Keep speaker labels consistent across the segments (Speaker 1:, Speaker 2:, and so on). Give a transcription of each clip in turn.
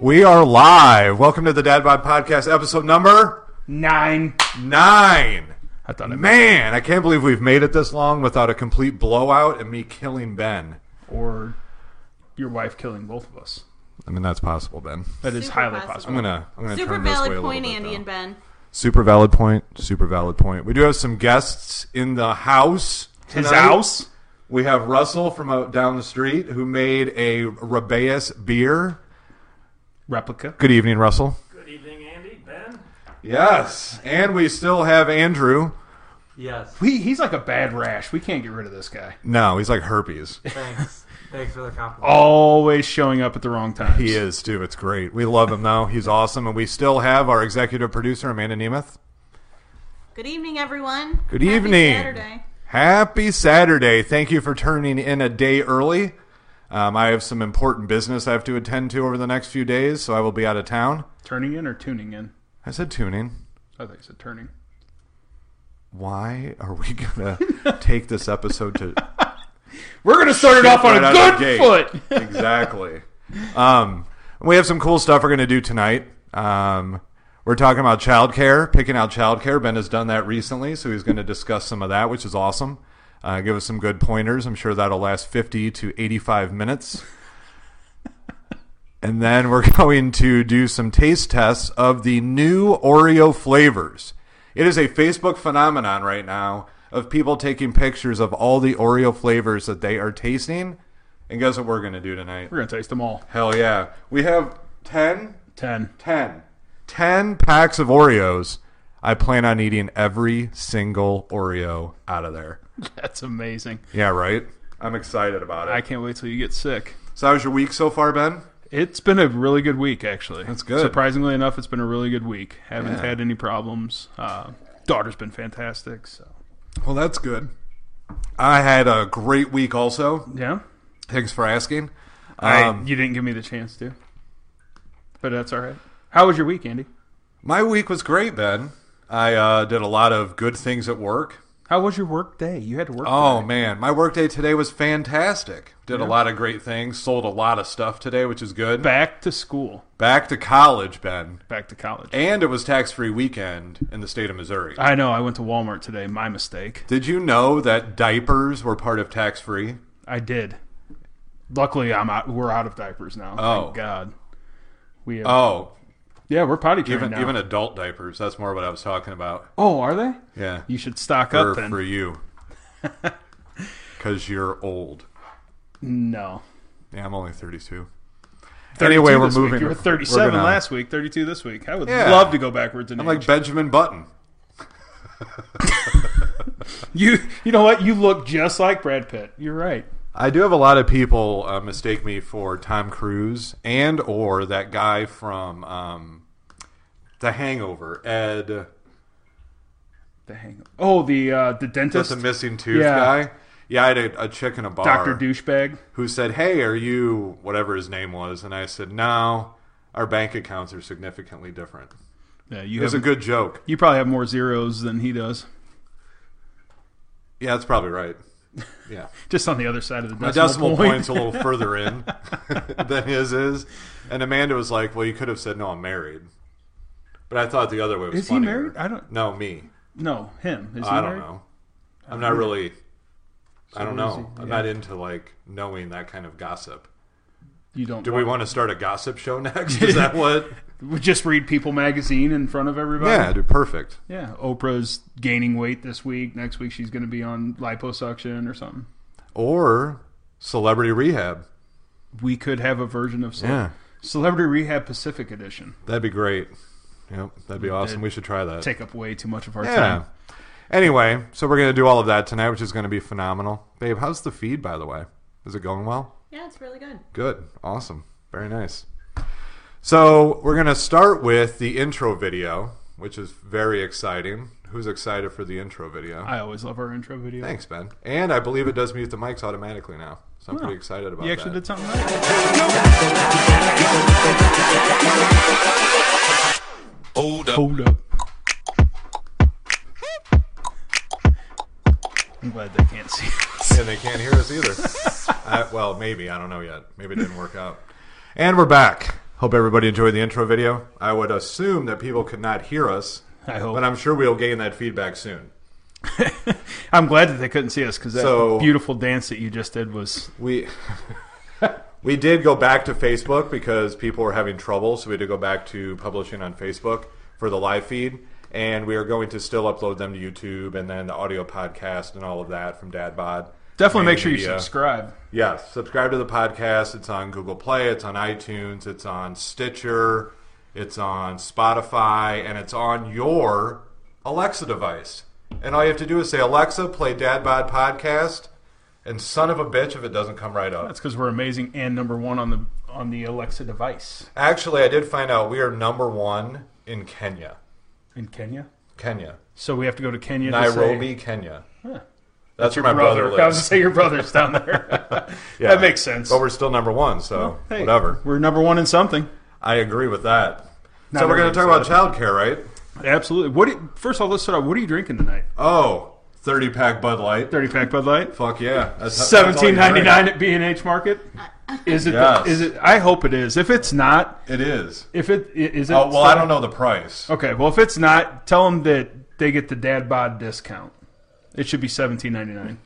Speaker 1: We are live. Welcome to the Dad Bod Podcast, episode number
Speaker 2: Nine.
Speaker 1: nine.
Speaker 2: I thought it
Speaker 1: Man, I can't believe we've made it this long without a complete blowout and me killing Ben.
Speaker 2: or your wife killing both of us.
Speaker 1: I mean, that's possible, Ben.
Speaker 2: That is
Speaker 3: Super
Speaker 2: highly
Speaker 3: possible.
Speaker 1: I'm
Speaker 2: possible.
Speaker 1: gonna, I'm gonna
Speaker 3: Super
Speaker 1: turn this way a
Speaker 3: valid
Speaker 1: little
Speaker 3: point,
Speaker 1: bit,
Speaker 3: Andy
Speaker 1: though.
Speaker 3: and Ben.
Speaker 1: Super valid point. Super valid point. We do have some guests in the house.
Speaker 2: His
Speaker 1: tonight.
Speaker 2: house.
Speaker 1: We have Russell from out down the street who made a Rebaeus beer.
Speaker 2: Replica.
Speaker 1: Good evening, Russell.
Speaker 4: Good evening, Andy. Ben?
Speaker 1: Yes, and we still have Andrew.
Speaker 4: Yes.
Speaker 2: He, he's like a bad rash. We can't get rid of this guy.
Speaker 1: No, he's like herpes.
Speaker 4: Thanks. Thanks for the compliment.
Speaker 2: Always showing up at the wrong time.
Speaker 1: He is too. It's great. We love him though. He's awesome, and we still have our executive producer Amanda Nemeth.
Speaker 3: Good evening, everyone.
Speaker 1: Good
Speaker 3: Happy
Speaker 1: evening.
Speaker 3: Saturday.
Speaker 1: Happy Saturday! Thank you for turning in a day early. Um, I have some important business I have to attend to over the next few days, so I will be out of town.
Speaker 2: Turning in or tuning in?
Speaker 1: I said tuning.
Speaker 2: I thought you said turning.
Speaker 1: Why are we gonna take this episode to
Speaker 2: We're gonna start it off on
Speaker 1: right
Speaker 2: a
Speaker 1: out of the
Speaker 2: good
Speaker 1: gate.
Speaker 2: foot.
Speaker 1: exactly. Um, we have some cool stuff we're going to do tonight. Um, we're talking about childcare, picking out childcare. Ben has done that recently, so he's going to discuss some of that, which is awesome. Uh, give us some good pointers. I'm sure that'll last 50 to 85 minutes. and then we're going to do some taste tests of the new Oreo flavors. It is a Facebook phenomenon right now of people taking pictures of all the Oreo flavors that they are tasting. And guess what we're going to do tonight?
Speaker 2: We're gonna taste them all.
Speaker 1: Hell yeah. We have 10,
Speaker 2: Ten.
Speaker 1: 10, 10 packs of Oreos. I plan on eating every single Oreo out of there.
Speaker 2: That's amazing.
Speaker 1: Yeah, right? I'm excited about it.
Speaker 2: I can't wait till you get sick.
Speaker 1: so, how's your week so far, Ben?
Speaker 2: It's been a really good week, actually.
Speaker 1: That's good.
Speaker 2: Surprisingly enough, it's been a really good week. Haven't
Speaker 1: Yeah.
Speaker 2: had any problems. Uh, daughter's been fantastic. So
Speaker 1: Well, that's good. I had a great week also.
Speaker 2: yeah,
Speaker 1: Thanks for asking.
Speaker 2: I,
Speaker 1: Um,
Speaker 2: you didn't give me the chance to, but that's all right. How was your week, Andy?
Speaker 1: My week was great, Ben. I uh, did a lot of good things at work.
Speaker 2: How was your work day? You had to work.
Speaker 1: Oh
Speaker 2: today.
Speaker 1: man, my workday today was fantastic. Did a lot of great things, sold a lot of stuff today, which is good.
Speaker 2: back to school,
Speaker 1: Back to college, Ben.
Speaker 2: back to college.
Speaker 1: And it was tax-free weekend in the state of Missouri.
Speaker 2: I know. I went to Walmart today. My mistake.
Speaker 1: Did you know that diapers were part of tax-free?
Speaker 2: I did. Luckily, I'm out. We're out of diapers now.
Speaker 1: Oh.
Speaker 2: Thank God. We have,
Speaker 1: Oh,
Speaker 2: yeah, we're potty trained
Speaker 1: even
Speaker 2: now.
Speaker 1: even adult diapers. That's more what I was talking about.
Speaker 2: oh, are they?
Speaker 1: Yeah.
Speaker 2: You should stock
Speaker 1: for,
Speaker 2: up then.
Speaker 1: for you. Cuz you're old.
Speaker 2: No.
Speaker 1: Yeah, I'm only 32.
Speaker 2: 32
Speaker 1: Anyway, we're
Speaker 2: this week.
Speaker 1: moving.
Speaker 2: You were
Speaker 1: We're
Speaker 2: 37
Speaker 1: gonna-
Speaker 2: last week, 32 this week. I would
Speaker 1: Yeah.
Speaker 2: love to go backwards in
Speaker 1: I'm
Speaker 2: age.
Speaker 1: like Benjamin Button.
Speaker 2: you, you know what? You look just like Brad Pitt. You're right.
Speaker 1: I do have a lot of people uh, mistake me for Tom Cruise and or that guy from um, The Hangover, Ed,
Speaker 2: The hang. Oh, the uh, the
Speaker 1: that's
Speaker 2: dentist,
Speaker 1: the missing tooth
Speaker 2: Yeah.
Speaker 1: guy. Yeah, I had a, a chick in a bar
Speaker 2: Doctor Douchebag.
Speaker 1: who said, "Hey, are you whatever his name was?" And I said, "No, our bank accounts are significantly different."
Speaker 2: Yeah, you
Speaker 1: It was a
Speaker 2: have,
Speaker 1: good joke.
Speaker 2: you probably have more zeros than he does.
Speaker 1: Yeah, that's probably right. Yeah,
Speaker 2: Just on the other side of the
Speaker 1: my
Speaker 2: decimal,
Speaker 1: decimal
Speaker 2: point.
Speaker 1: point's a little further in than his is. And Amanda was like, "Well, you could have said no, I'm married." But I thought the other way was
Speaker 2: Is he
Speaker 1: funnier.
Speaker 2: married? I don't.
Speaker 1: No, me.
Speaker 2: No, him. Is he
Speaker 1: I don't
Speaker 2: married?
Speaker 1: know. I'm not really. I don't
Speaker 2: who is
Speaker 1: know.
Speaker 2: he?
Speaker 1: I'm
Speaker 2: Yeah.
Speaker 1: not into like knowing that kind of gossip.
Speaker 2: You don't.
Speaker 1: Do we want to start a gossip show next? Is that what?
Speaker 2: We just read People magazine in front of everybody.
Speaker 1: yeah, dude, perfect.
Speaker 2: Yeah. Oprah's gaining weight this week. Next week she's going to be on liposuction or something.
Speaker 1: Or celebrity rehab.
Speaker 2: We could have a version of Cele-
Speaker 1: Yeah.
Speaker 2: Celebrity Rehab Pacific Edition.
Speaker 1: That'd be great. Yep, that'd be awesome. We should try that.
Speaker 2: Take up way too much of our
Speaker 1: yeah.
Speaker 2: time.
Speaker 1: Anyway, so we're gonna do all of that tonight, which is gonna be phenomenal. Babe, how's the feed by the way? Is it going well?
Speaker 3: Yeah, it's really good.
Speaker 1: Good. Awesome. Very nice. So we're going to start with the intro video, which is very exciting. Who's excited for the intro video?
Speaker 2: I always love our intro video.
Speaker 1: Thanks, Ben. And I believe it does mute the mics automatically now. So I'm pretty excited about
Speaker 2: You actually
Speaker 1: that.
Speaker 2: did something right.
Speaker 5: Hold up.
Speaker 2: Hold up. I'm glad they can't see.
Speaker 1: And they Uh, can't hear us either. I, well, maybe. I don't know yet. Maybe it didn't work out. And we're back. Hope everybody enjoyed the intro video. I would assume that people could not hear us,
Speaker 2: I hope.
Speaker 1: but I'm sure we'll gain that feedback soon.
Speaker 2: I'm glad that they couldn't see us because that
Speaker 1: So-
Speaker 2: beautiful dance that you just did was
Speaker 1: We we did go back to Facebook because people were having trouble, so we had to go back to publishing on Facebook for the live feed, and we are going to still upload them to YouTube and then the audio podcast and all of that from Dad Bod.
Speaker 2: definitely make sure you
Speaker 1: Media.
Speaker 2: subscribe.
Speaker 1: Yes, subscribe to the podcast. It's on Google Play, it's on iTunes, it's on Stitcher, it's on Spotify, and it's on your Alexa device. And all you have to do is say, Alexa, play Dad Bod Podcast, and son of a bitch if it doesn't come right up.
Speaker 2: That's because we're amazing and number one on the on the Alexa device
Speaker 1: Actually, I did find out we are number one in Kenya.
Speaker 2: in Kenya.
Speaker 1: Kenya.
Speaker 2: So we have to go to Kenya. to say-
Speaker 1: Nairobi, Kenya.
Speaker 2: Huh.
Speaker 1: That's,
Speaker 2: your
Speaker 1: where my brother,
Speaker 2: I was
Speaker 1: lives.
Speaker 2: gonna say your brother's down there.
Speaker 1: Yeah.
Speaker 2: That makes sense.
Speaker 1: But we're still number one, so
Speaker 2: Hey,
Speaker 1: whatever.
Speaker 2: We're number one in something.
Speaker 1: I agree with that.
Speaker 2: Not
Speaker 1: so we're going to talk
Speaker 2: everything,
Speaker 1: about
Speaker 2: so-
Speaker 1: childcare, right?
Speaker 2: Absolutely. What? do- first of all, let's start out. What are you drinking tonight?
Speaker 1: Oh, 30 pack Bud Light.
Speaker 2: Thirty pack Bud Light.
Speaker 1: Fuck yeah. That's- that's all you
Speaker 2: Seventeen ninety nine
Speaker 1: drink.
Speaker 2: at B and H Market. Is it? the-
Speaker 1: Yes.
Speaker 2: is it? I hope it is. If it's not,
Speaker 1: It is.
Speaker 2: if it i- is it.
Speaker 1: Oh, well, I don't know the price.
Speaker 2: Okay. Well, if it's not, tell them that they get the dad bod discount. It should be seventeen ninety nine.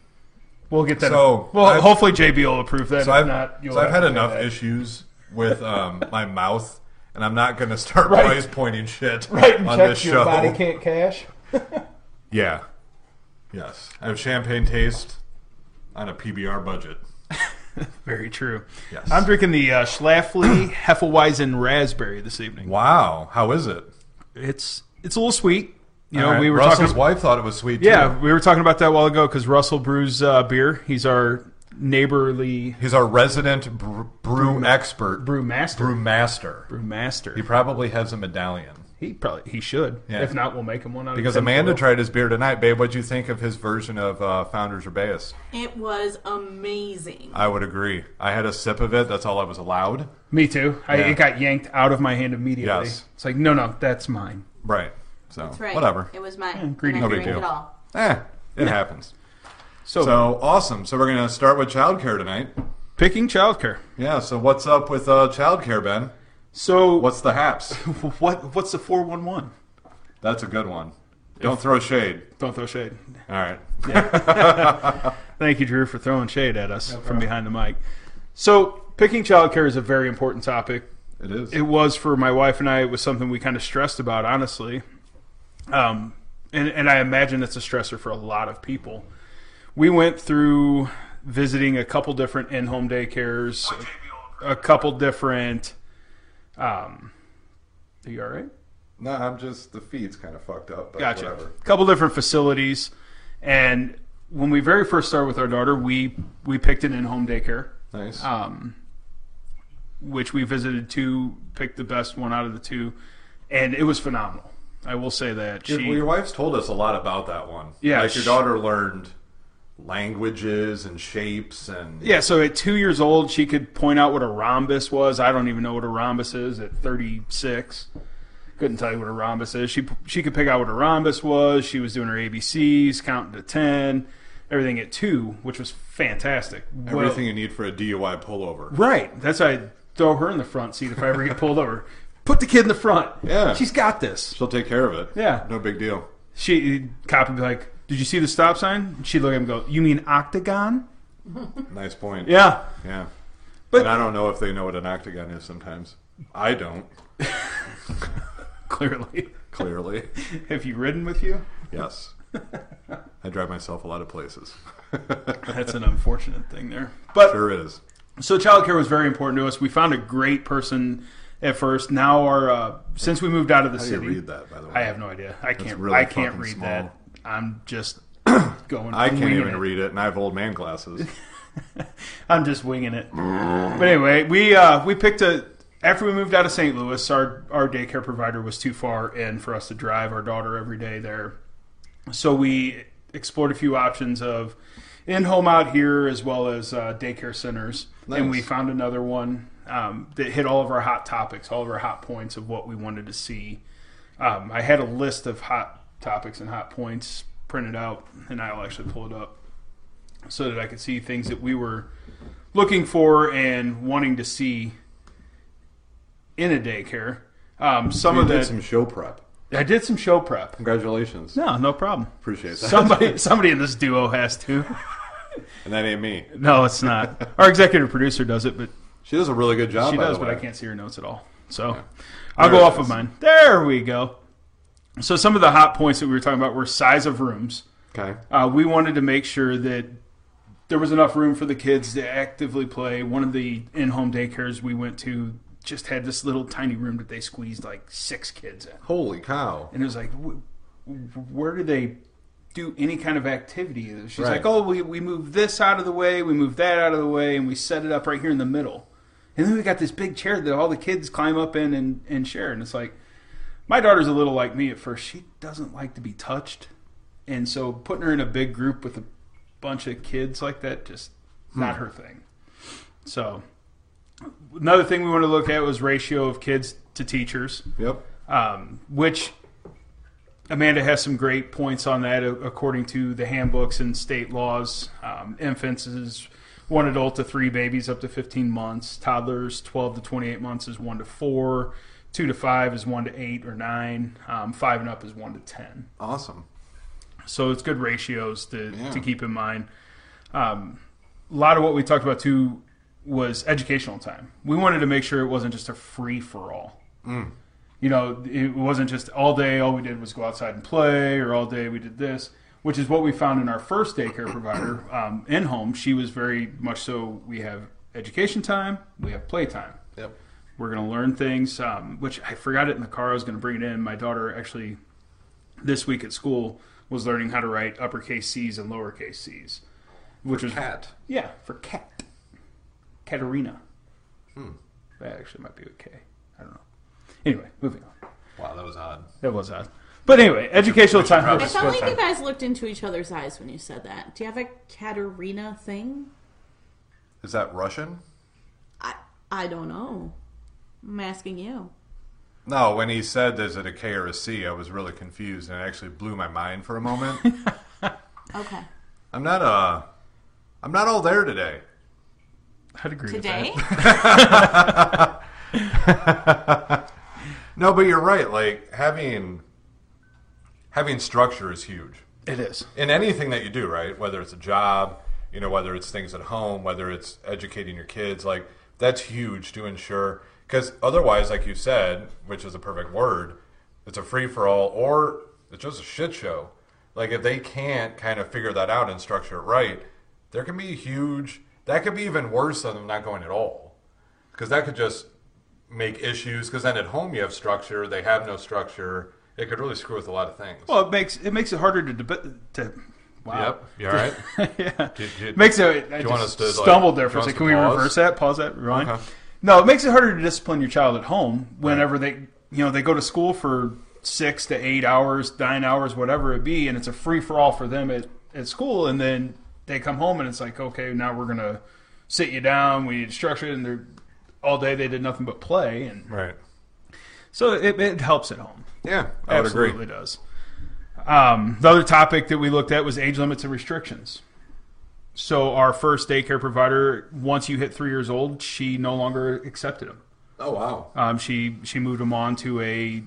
Speaker 2: We'll get that.
Speaker 1: So,
Speaker 2: well,
Speaker 1: I've-
Speaker 2: hopefully JB will approve that.
Speaker 1: So
Speaker 2: if
Speaker 1: I've,
Speaker 2: not, you'll
Speaker 1: so I've
Speaker 2: have
Speaker 1: had
Speaker 2: to pay
Speaker 1: enough
Speaker 2: that.
Speaker 1: issues with um, my mouth, and I'm not going to start
Speaker 2: Right.
Speaker 1: price pointing shit
Speaker 2: Right, and
Speaker 1: on
Speaker 2: check
Speaker 1: this show.
Speaker 2: your body can't cash.
Speaker 1: Yeah. Yes. I have champagne taste on a PBR budget.
Speaker 2: Very true.
Speaker 1: Yes.
Speaker 2: I'm drinking the uh, Schlafly Hefeweizen Raspberry this evening.
Speaker 1: Wow. How is it?
Speaker 2: It's it's a little sweet. You know,
Speaker 1: All right.
Speaker 2: we were
Speaker 1: Russell's
Speaker 2: talking.
Speaker 1: wife thought it was sweet
Speaker 2: Yeah,
Speaker 1: too.
Speaker 2: we were talking about that a while ago because Russell brews uh, beer. He's our neighborly
Speaker 1: He's our resident br- brew expert,
Speaker 2: brew master.
Speaker 1: brew master.
Speaker 2: Brew master.
Speaker 1: He probably has a medallion.
Speaker 2: He probably he should.
Speaker 1: Yeah.
Speaker 2: If not, we'll make him one. Out
Speaker 1: Because
Speaker 2: of
Speaker 1: Amanda
Speaker 2: tinfoil.
Speaker 1: tried his beer tonight, babe. What'd you think of his version of uh, Founders Rebellious?
Speaker 3: It was amazing.
Speaker 1: I would agree. I had a sip of it. That's all I was allowed.
Speaker 2: Me too. I,
Speaker 1: Yeah.
Speaker 2: It got yanked out of my hand immediately.
Speaker 1: Yes.
Speaker 2: It's like no, no, that's mine.
Speaker 1: Right. So
Speaker 3: That's right.
Speaker 1: whatever.
Speaker 3: It was mine.
Speaker 2: greedy
Speaker 3: and I
Speaker 1: No big
Speaker 3: drank
Speaker 1: deal.
Speaker 3: it all.
Speaker 1: Eh, it happens.
Speaker 2: So,
Speaker 1: So awesome. So we're gonna start with childcare tonight.
Speaker 2: picking childcare.
Speaker 1: Yeah. So what's up with uh, childcare, Ben?
Speaker 2: So
Speaker 1: What's the haps?
Speaker 2: what what's the four one one?
Speaker 1: That's a good one. Don't throw shade.
Speaker 2: Don't throw shade.
Speaker 1: All right.
Speaker 2: Thank you, Drew, for throwing shade at us from behind the mic. So picking childcare is a very important topic.
Speaker 1: It is.
Speaker 2: It was for my wife and I. It was something we kind of stressed about, honestly. Um, and and I imagine it's a stressor for a lot of people. We went through visiting a couple different in-home daycares, a couple different. Um, are you all right?
Speaker 1: no, I'm just the feed's kind of fucked up. But
Speaker 2: Gotcha. A couple different facilities, and when we very first started with our daughter, we we picked an in-home daycare,
Speaker 1: Nice.
Speaker 2: um, which we visited two, picked the best one out of the two, and it was phenomenal. I will say that
Speaker 1: Your-
Speaker 2: she
Speaker 1: well, your wife's told us a lot about that one.
Speaker 2: Yeah,
Speaker 1: Like your
Speaker 2: she-
Speaker 1: daughter learned languages and shapes and
Speaker 2: Yeah, so at two years old, she could point out what a rhombus was. I don't even know what a rhombus is at 36. Couldn't tell you what a rhombus is. She she could pick out what a rhombus was. She was doing her ABCs, counting to 10, everything at two, which was fantastic. Well-
Speaker 1: everything you need for a DUI pullover.
Speaker 2: right. That's why I throw her in the front seat if I ever get pulled over. Put the kid in the front.
Speaker 1: Yeah.
Speaker 2: She's got this.
Speaker 1: She'll take care of it.
Speaker 2: Yeah.
Speaker 1: No big deal.
Speaker 2: She, cop would be like, Did you see the stop sign? And she'd look at him and go, You mean octagon?
Speaker 1: Nice point.
Speaker 2: Yeah.
Speaker 1: Yeah.
Speaker 2: But-
Speaker 1: and I don't know if they know what an octagon is sometimes. I don't,
Speaker 2: Clearly.
Speaker 1: clearly.
Speaker 2: Have you ridden with you?
Speaker 1: yes. I drive myself a lot of places.
Speaker 2: That's an unfortunate thing there. But
Speaker 1: Sure is.
Speaker 2: so childcare was very important to us. We found a great person at first. Now our uh, since we moved out of the
Speaker 1: How do you
Speaker 2: city,
Speaker 1: read that, by the way?
Speaker 2: I have no idea. I can't.
Speaker 1: really
Speaker 2: I can't
Speaker 1: fucking
Speaker 2: read
Speaker 1: small.
Speaker 2: that. I'm just going.
Speaker 1: I can't
Speaker 2: winging
Speaker 1: even
Speaker 2: it.
Speaker 1: read it, and I have old man glasses.
Speaker 2: I'm just winging it. but anyway, we uh, we picked a after we moved out of St. Louis, our our daycare provider was too far in for us to drive our daughter every day there. So we explored a few options of in home out here as well as uh, daycare centers, and
Speaker 1: Nice.
Speaker 2: we found another one um, that hit all of our hot topics, all of our hot points of what we wanted to see. Um, I had a list of hot topics and hot points printed out, and I'll actually pull it up so that I could see things that we were looking for and wanting to see in a daycare. Um, some
Speaker 1: You
Speaker 2: of
Speaker 1: did
Speaker 2: that
Speaker 1: some show prep.
Speaker 2: I did some show prep.
Speaker 1: Congratulations.
Speaker 2: No, no problem.
Speaker 1: Appreciate that.
Speaker 2: Somebody, somebody in this duo has to.
Speaker 1: And that ain't me.
Speaker 2: No, it's not. Our executive producer does it, but
Speaker 1: She does a really good job.
Speaker 2: she
Speaker 1: Oh, by
Speaker 2: does,
Speaker 1: the
Speaker 2: but
Speaker 1: way.
Speaker 2: I can't see her notes at all. So I'll go
Speaker 1: There it
Speaker 2: off of
Speaker 1: is.
Speaker 2: mine. There we go. So some of the hot points that we were talking about were size of rooms.
Speaker 1: Okay.
Speaker 2: Uh, we wanted to make sure that there was enough room for the kids to actively play. One of the in-home daycares we went to just had this little tiny room that they squeezed like six kids in,
Speaker 1: Holy cow.
Speaker 2: and it was like, w- w- where do they do any kind of activity? She's
Speaker 1: Right.
Speaker 2: like, oh, we we move this out of the way, we move that out of the way, and we set it up right here in the middle. And then we got this big chair that all the kids climb up in and, and share. And it's like, my daughter's a little like me at first. She doesn't like to be touched. And so putting her in a big group with a bunch of kids like that, just not her thing. So another thing we want to look at was ratio of kids to teachers,
Speaker 1: Yep.
Speaker 2: um, which Amanda has some great points on that a- according to the handbooks and state laws. Um, infants is one adult to three babies up to 15 months. Toddlers, 12 to 28 months is one to four. Two to five is one to eight or nine. Um, five and up is one to 10.
Speaker 1: Awesome.
Speaker 2: So it's good ratios to,
Speaker 1: Yeah.
Speaker 2: to keep in mind. Um, a lot of what we talked about too was educational time. We wanted to make sure it wasn't just a free for all. You know, it wasn't just all day, all we did was go outside and play, or all day we did this, which is what we found in our first daycare provider um, in home. She was very much so we have education time, we have play time.
Speaker 1: Yep.
Speaker 2: We're going to learn things, um, which I forgot it in the car. I was going to bring it in. My daughter actually, this week at school, was learning how to write uppercase C's and lowercase C's, which was
Speaker 1: Cat.
Speaker 2: yeah for cat, Katerina. Hmm. That actually might be okay. I don't know. Anyway, moving on.
Speaker 1: Wow, that was odd.
Speaker 2: That was odd. But anyway, educational time.
Speaker 3: I felt like you guys looked into each other's eyes when you said that. Do you have a Katerina thing?
Speaker 1: Is that Russian?
Speaker 3: I I don't know. I'm asking you.
Speaker 1: No, when he said is it a K or a C, I was really confused and it actually blew my mind for a moment.
Speaker 3: Okay.
Speaker 1: I'm not uh I'm not all there today.
Speaker 2: I'd agree
Speaker 3: Today?
Speaker 2: with that.
Speaker 1: No, but you're right, like having having structure is huge.
Speaker 2: It is.
Speaker 1: in anything that you do, right? Whether it's a job, you know, whether it's things at home, whether it's educating your kids, like that's huge to ensure because otherwise, like you said, which is a perfect word, it's a free for all or it's just a shit show. Like if they can't kind of figure that out and structure it right, there can be huge that could be even worse than them not going at all. Because that could just make issues. Because then at home you have structure, they have no structure. It could really screw with a lot of things.
Speaker 2: Well, it makes it makes it harder to deb- to. Wow.
Speaker 1: Yep. You all right?
Speaker 2: yeah.
Speaker 1: Did- did-
Speaker 2: makes it. I
Speaker 1: you
Speaker 2: just
Speaker 1: want us to, like-
Speaker 2: stumbled there
Speaker 1: do
Speaker 2: for a
Speaker 1: you
Speaker 2: second. Can
Speaker 1: want
Speaker 2: we
Speaker 1: us to pause?
Speaker 2: reverse that? Pause that. Rewind.
Speaker 1: Okay.
Speaker 2: No, it makes it harder to discipline your child at home whenever they, you know, they go to school for six to eight hours, nine hours, whatever it be, and it's a free for all for them at at school, and then they come home and it's like, okay, now we're gonna sit you down. We need to structure it, and they're all day they did nothing but play, and
Speaker 1: Right.
Speaker 2: so it, it helps at home.
Speaker 1: Yeah, I would
Speaker 2: Absolutely
Speaker 1: agree.
Speaker 2: does. Um, the other topic that we looked at was age limits and restrictions. So our first daycare provider, once you hit three years old, she no longer accepted them.
Speaker 1: Oh wow.
Speaker 2: Um, she she moved them on to a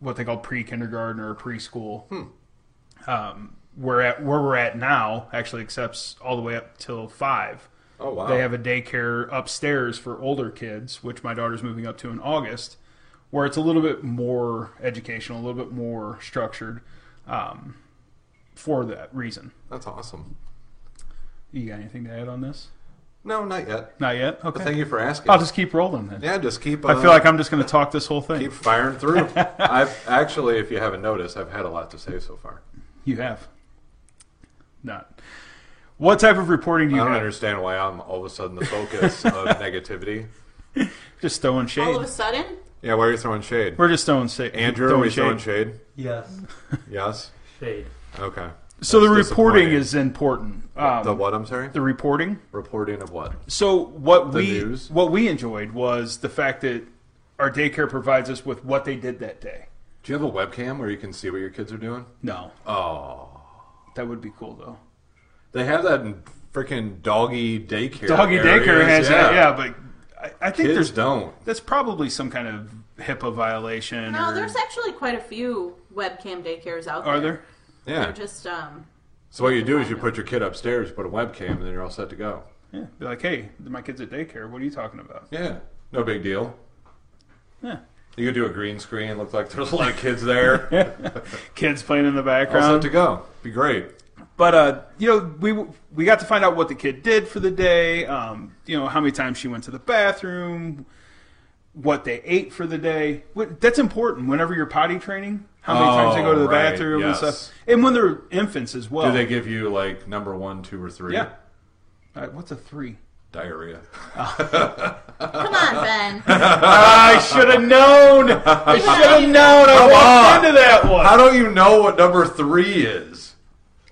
Speaker 2: what they call pre kindergarten or preschool.
Speaker 1: Hmm.
Speaker 2: Um, where at where we're at now actually accepts all the way up till five.
Speaker 1: Oh wow.
Speaker 2: They have a daycare upstairs for older kids, which my daughter's moving up to in August, where it's a little bit more educational, a little bit more structured um, for that reason.
Speaker 1: That's awesome.
Speaker 2: You got anything to add on this?
Speaker 1: No, not yet.
Speaker 2: Not yet? Okay.
Speaker 1: But thank you for asking.
Speaker 2: I'll just keep rolling then.
Speaker 1: yeah, just keep. Uh,
Speaker 2: I feel like I'm just going to talk this whole thing.
Speaker 1: keep firing through. I've actually, if you haven't noticed, I've had a lot to say so far.
Speaker 2: You have. Not. What type of reporting do
Speaker 1: I
Speaker 2: you
Speaker 1: don't
Speaker 2: have?
Speaker 1: understand why I'm all of a sudden the focus of negativity.
Speaker 2: Just throwing
Speaker 3: All
Speaker 2: shade.
Speaker 3: of a sudden?
Speaker 1: Yeah, why are you throwing shade?
Speaker 2: We're just throwing shade.
Speaker 1: Andrew, are we throwing shade?
Speaker 6: Oh.
Speaker 4: Yes.
Speaker 1: Yes.
Speaker 4: Shade.
Speaker 1: Okay.
Speaker 2: So the
Speaker 1: That's
Speaker 2: reporting
Speaker 1: disappointing.
Speaker 2: is important. Um,
Speaker 1: the what? I'm sorry.
Speaker 2: the reporting.
Speaker 1: Reporting of what?
Speaker 2: So what
Speaker 1: The
Speaker 2: we
Speaker 1: news.
Speaker 2: what we enjoyed was the fact that our daycare provides us with what they did that day.
Speaker 1: Do you have a webcam where you can see what your kids are doing?
Speaker 2: No,
Speaker 1: Oh,
Speaker 2: Um, that would be cool though.
Speaker 1: they have that in freaking doggy daycare.
Speaker 2: Doggy
Speaker 1: areas.
Speaker 2: daycare has that, yeah. But I, I think
Speaker 1: Kids
Speaker 2: there's
Speaker 1: don't.
Speaker 2: that's probably some kind of HIPAA violation.
Speaker 3: No,
Speaker 2: or,
Speaker 3: there's actually quite a few webcam daycares out there.
Speaker 2: are there?
Speaker 3: They're
Speaker 1: Yeah.
Speaker 3: just um.
Speaker 1: So what you do is you put your kid upstairs, put a webcam, and then you're all set to go.
Speaker 2: Yeah, be like, hey, my kid's at daycare. What are you talking about?
Speaker 1: Yeah. No big deal.
Speaker 2: Yeah.
Speaker 1: You could do a green screen. Look like there's a lot of kids there.
Speaker 2: Kids playing in the
Speaker 1: all set
Speaker 2: background.
Speaker 1: to go. Be great.
Speaker 2: But uh, you know, we we got to find out what the kid did for the day. Um, you know, how many times she went to the bathroom, what they ate for the day. What, that's important. Whenever you're potty training, how many times they go to the
Speaker 1: Oh, right,
Speaker 2: bathroom
Speaker 1: yes.
Speaker 2: and stuff, and when they're infants as well.
Speaker 1: Do they give you like number one, two, or three?
Speaker 2: yeah. Uh, what's a three?
Speaker 1: Diarrhea.
Speaker 3: Come on, Ben.
Speaker 2: I should have known. I should have known. I
Speaker 1: on.
Speaker 2: walked into that one.
Speaker 1: How don't you know what number three is?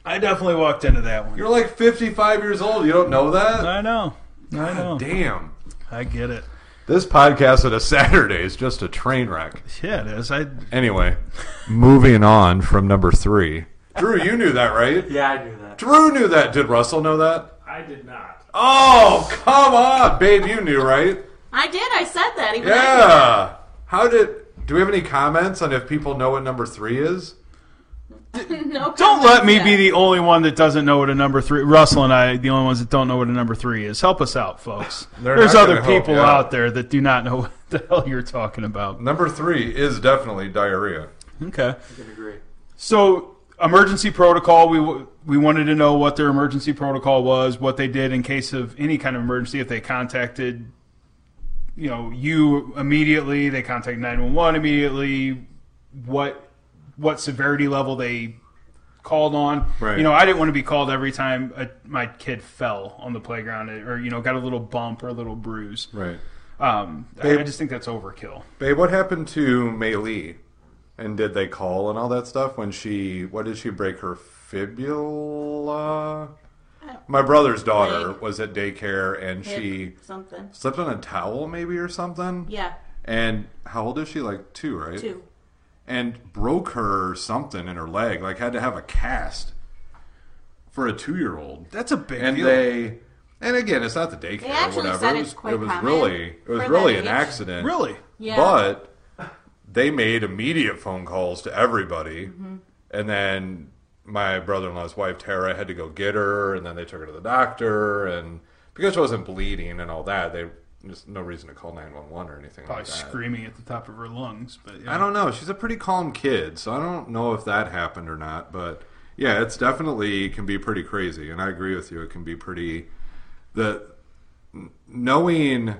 Speaker 2: I definitely walked into that one.
Speaker 1: You're like 55 years old. You don't know that?
Speaker 2: I know. I know.
Speaker 1: Damn.
Speaker 2: I get it.
Speaker 1: This podcast on a Saturday is just a train wreck.
Speaker 2: Yeah, it is. I
Speaker 1: Anyway, moving on from number three. Drew, you knew that, right?
Speaker 4: Yeah, I knew that.
Speaker 1: Drew knew that. Did Russell know that?
Speaker 4: I did not.
Speaker 1: Oh, come on, babe. You knew, right?
Speaker 3: I did. I said that. Even I did that.
Speaker 1: Yeah. How did? Do we have any comments on if people know what number three is?
Speaker 3: No
Speaker 2: Don't let me be
Speaker 3: comment.
Speaker 2: the only one that doesn't know what a number three. Russell and I, the only ones that don't know what a number three is. Help us out, folks.
Speaker 1: They're
Speaker 2: There's
Speaker 1: not
Speaker 2: other
Speaker 1: gonna help
Speaker 2: people
Speaker 1: you out.
Speaker 2: out there that do not know what the hell you're talking about.
Speaker 1: Number three is definitely diarrhea.
Speaker 2: Okay.
Speaker 4: I can agree.
Speaker 2: So emergency protocol. We w- we wanted to know what their emergency protocol was, what they did in case of any kind of emergency. If they contacted, you know, you immediately, they contact nine one one immediately. What what severity level they called on?
Speaker 1: Right.
Speaker 2: You know, I didn't want to be called every time a, my kid fell on the playground or you know got a little bump or a little bruise.
Speaker 1: Right.
Speaker 2: Um, I, I just think that's overkill.
Speaker 1: Babe, what happened to Mei Lee? And did they call and all that stuff when she? What did she break her fibula? My brother's daughter
Speaker 3: Leg.
Speaker 1: was at daycare and she
Speaker 3: something.
Speaker 1: slipped on a towel, maybe or something.
Speaker 3: Yeah,
Speaker 1: And how old is she? Like two, right?
Speaker 3: two.
Speaker 1: and broke her something in her leg, like had to have a cast for a two year old.
Speaker 2: That's a big
Speaker 1: And
Speaker 2: deal.
Speaker 1: they and again, it's not the daycare
Speaker 3: They actually
Speaker 1: or whatever.
Speaker 3: said
Speaker 1: it
Speaker 3: it's
Speaker 1: was,
Speaker 3: quite
Speaker 1: it was
Speaker 3: common
Speaker 1: really it was
Speaker 3: for
Speaker 1: really
Speaker 3: that
Speaker 1: an
Speaker 3: age.
Speaker 1: accident.
Speaker 2: really.
Speaker 3: Yeah,
Speaker 1: But they made immediate phone calls to everybody and then my brother in law's wife Tara had to go get her and then they took her to the doctor and because she wasn't bleeding and all that, they just no reason to call nine one one or anything
Speaker 2: Probably
Speaker 1: like that.
Speaker 2: screaming at the top of her lungs, but yeah.
Speaker 1: I don't know. She's a pretty calm kid, so I don't know if that happened or not. But yeah, it's definitely can be pretty crazy, and I agree with you. It can be pretty the n- knowing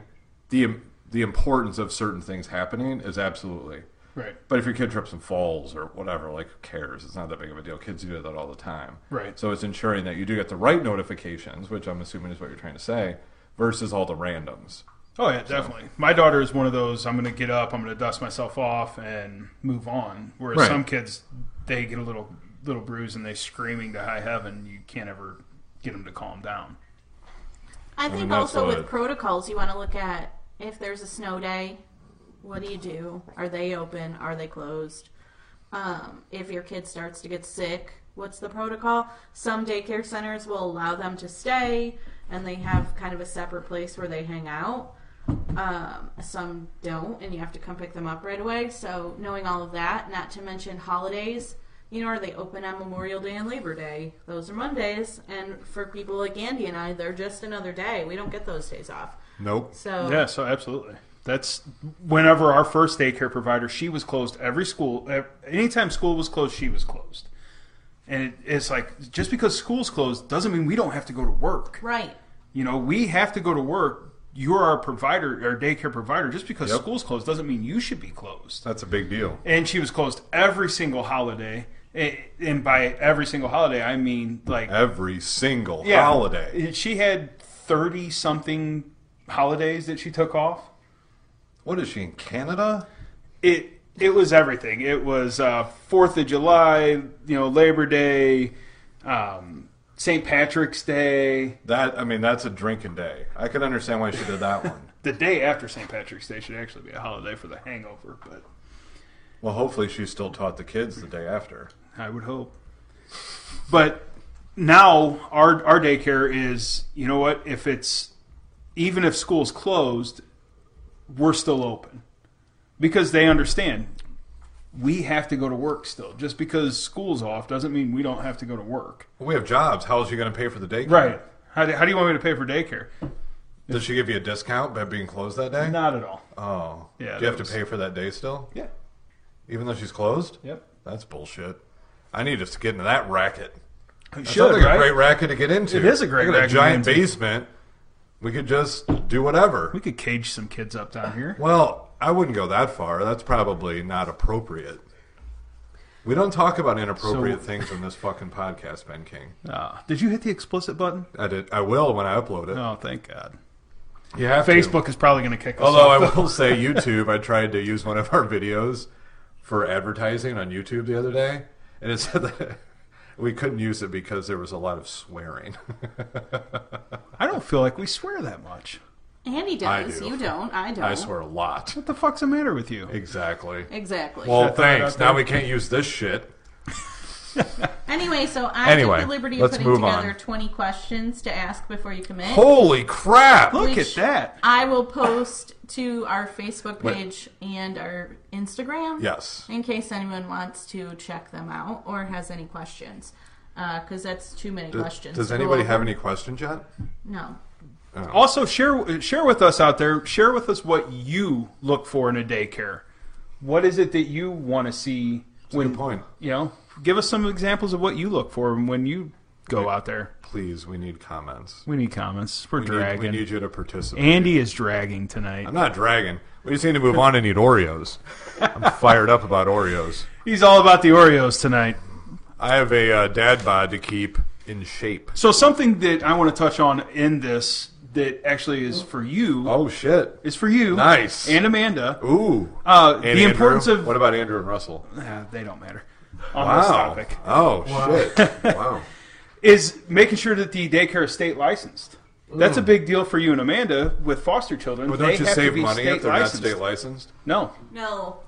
Speaker 1: the the importance of certain things happening is absolutely.
Speaker 2: Right.
Speaker 1: But if your kid trips and falls or whatever, like who cares? It's not that big of a deal. Kids do that all the time.
Speaker 2: Right.
Speaker 1: So it's ensuring that you do get the right notifications, which I'm assuming is what you're trying to say, versus all the randoms.
Speaker 2: Oh yeah, definitely. My daughter is one of those. I'm going to get up. I'm going to dust myself off and move on. Whereas
Speaker 1: Right.
Speaker 2: some kids, they get a little little bruise and they screaming to high heaven. You can't ever get them to calm down.
Speaker 3: I think
Speaker 1: mean, that's
Speaker 3: also
Speaker 1: what-
Speaker 3: with protocols, you want to look at if there's a snow day, what do you do? Are they open? Are they closed? Um, if your kid starts to get sick, what's the protocol? Some daycare centers will allow them to stay, and they have kind of a separate place where they hang out. Um, some don't, and you have to come pick them up right away. So knowing all of that, not to mention holidays. You know, are they open on Memorial Day and Labor Day? Those are Mondays, and for people like Andy and I, they're just another day. We don't get those days off.
Speaker 1: Nope.
Speaker 3: So
Speaker 2: Yeah, so absolutely. That's whenever our first daycare provider, she was closed every school. ev- Anytime school was closed, she was closed. And it, it's like just because school's closed doesn't mean we don't have to go to work.
Speaker 3: right,
Speaker 2: You know, we have to go to work. You're our provider, our daycare provider. Just because
Speaker 1: Yep.
Speaker 2: school's closed doesn't mean you should be closed.
Speaker 1: That's a big deal.
Speaker 2: And she was closed every single holiday. A- And by every single holiday, I mean like
Speaker 1: Every single
Speaker 2: yeah.
Speaker 1: holiday.
Speaker 2: She had 30 something holidays that she took off.
Speaker 1: What is she in Canada?
Speaker 2: It it was everything. It was uh, 4th of July, you know, Labor Day, um, St. Patrick's Day,
Speaker 1: That I mean, that's a drinking day. I can understand why she did that one.
Speaker 2: the day after St. Patrick's Day should actually be a holiday for the hangover, but
Speaker 1: well, hopefully she still taught the kids the day after.
Speaker 2: I would hope. But now our our daycare is, you know what? If it's even if school's closed, we're still open because they understand we have to go to work still. Just because school's off doesn't mean we don't have to go to work.
Speaker 1: We have jobs. How is she going to pay for the daycare?
Speaker 2: Right. How do, how do you want me to pay for daycare?
Speaker 1: Does she give you a discount by being closed that day?
Speaker 2: Not at all.
Speaker 1: Oh.
Speaker 2: Yeah,
Speaker 1: Do you have
Speaker 2: that
Speaker 1: to
Speaker 2: was-
Speaker 1: pay for that day still?
Speaker 2: Yeah.
Speaker 1: Even though she's closed?
Speaker 2: Yep.
Speaker 1: That's bullshit. I need to get into that racket.
Speaker 2: You
Speaker 1: That
Speaker 2: should,
Speaker 1: sounds like
Speaker 2: right?
Speaker 1: a great racket to get into.
Speaker 2: It is a great
Speaker 1: I got
Speaker 2: racket to
Speaker 1: A giant
Speaker 2: get into.
Speaker 1: basement. We could just do whatever.
Speaker 2: We could cage some kids up down here.
Speaker 1: Well, I wouldn't go that far. That's probably not appropriate. We don't talk about inappropriate
Speaker 2: So-
Speaker 1: things on this fucking podcast, Ben King.
Speaker 2: Uh, did you hit the explicit button?
Speaker 1: I did. I will when I upload it.
Speaker 2: Oh, thank God.
Speaker 1: You have to.
Speaker 2: Facebook is probably going to kick us
Speaker 1: Although I
Speaker 2: off.
Speaker 1: will say, YouTube. I tried to use one of our videos for advertising on YouTube the other day, and it said that we couldn't use it because there was a lot of swearing.
Speaker 2: I don't feel like we swear that much.
Speaker 3: Andy
Speaker 1: I
Speaker 3: does.
Speaker 1: do.
Speaker 3: You don't. I don't.
Speaker 1: I swear a lot.
Speaker 2: What the fuck's the matter with you?
Speaker 1: Exactly.
Speaker 3: Exactly.
Speaker 1: Well,
Speaker 2: Should I throw that
Speaker 1: thanks.
Speaker 2: out
Speaker 1: Now
Speaker 2: there?
Speaker 1: we can't use this shit.
Speaker 3: anyway, so I
Speaker 1: Anyway,
Speaker 3: took the liberty of
Speaker 1: let's
Speaker 3: putting
Speaker 1: move
Speaker 3: together
Speaker 1: on.
Speaker 3: 20 questions to ask before you commit.
Speaker 1: Holy crap!
Speaker 2: Look at
Speaker 3: Which-
Speaker 2: that.
Speaker 3: I will post to our Facebook
Speaker 1: Wait.
Speaker 3: page and our Instagram.
Speaker 1: Yes.
Speaker 3: In case anyone wants to check them out or has any questions. Because that's too many questions.
Speaker 1: Does
Speaker 3: to go
Speaker 1: anybody have
Speaker 3: over.
Speaker 1: any questions yet?
Speaker 3: No.
Speaker 2: Also, share share with us out there. Share with us what you look for in a daycare. What is it that you want to see when
Speaker 1: Good point.
Speaker 2: you know? Give us some examples of what you look for when you go out there.
Speaker 1: Please, we need comments.
Speaker 2: We need comments. We're
Speaker 1: We need, we
Speaker 2: dragging.
Speaker 1: need you to participate.
Speaker 2: Andy is dragging tonight.
Speaker 1: I'm not dragging. We just need to move on and eat Oreos. I'm fired up about Oreos.
Speaker 2: He's all about the Oreos tonight.
Speaker 1: I have a uh, dad bod to keep in shape.
Speaker 2: So something that I want to touch on in this that actually is for you
Speaker 1: Oh shit!
Speaker 2: is for you.
Speaker 1: Nice.
Speaker 2: and Amanda.
Speaker 1: Ooh.
Speaker 2: Uh,
Speaker 1: And
Speaker 2: the importance
Speaker 1: Andrew?
Speaker 2: of
Speaker 1: what about Andrew and Russell?
Speaker 2: Ah, they don't matter on this
Speaker 1: Wow.
Speaker 2: topic
Speaker 1: Oh shit! Wow.
Speaker 2: is making sure that the daycare is state licensed. That's a big deal for you and Amanda with foster children.
Speaker 1: But
Speaker 2: they
Speaker 1: don't you
Speaker 2: have to
Speaker 1: save
Speaker 2: be
Speaker 1: money
Speaker 2: state
Speaker 1: if they're
Speaker 2: licensed.
Speaker 1: not state licensed?
Speaker 2: No,
Speaker 3: No.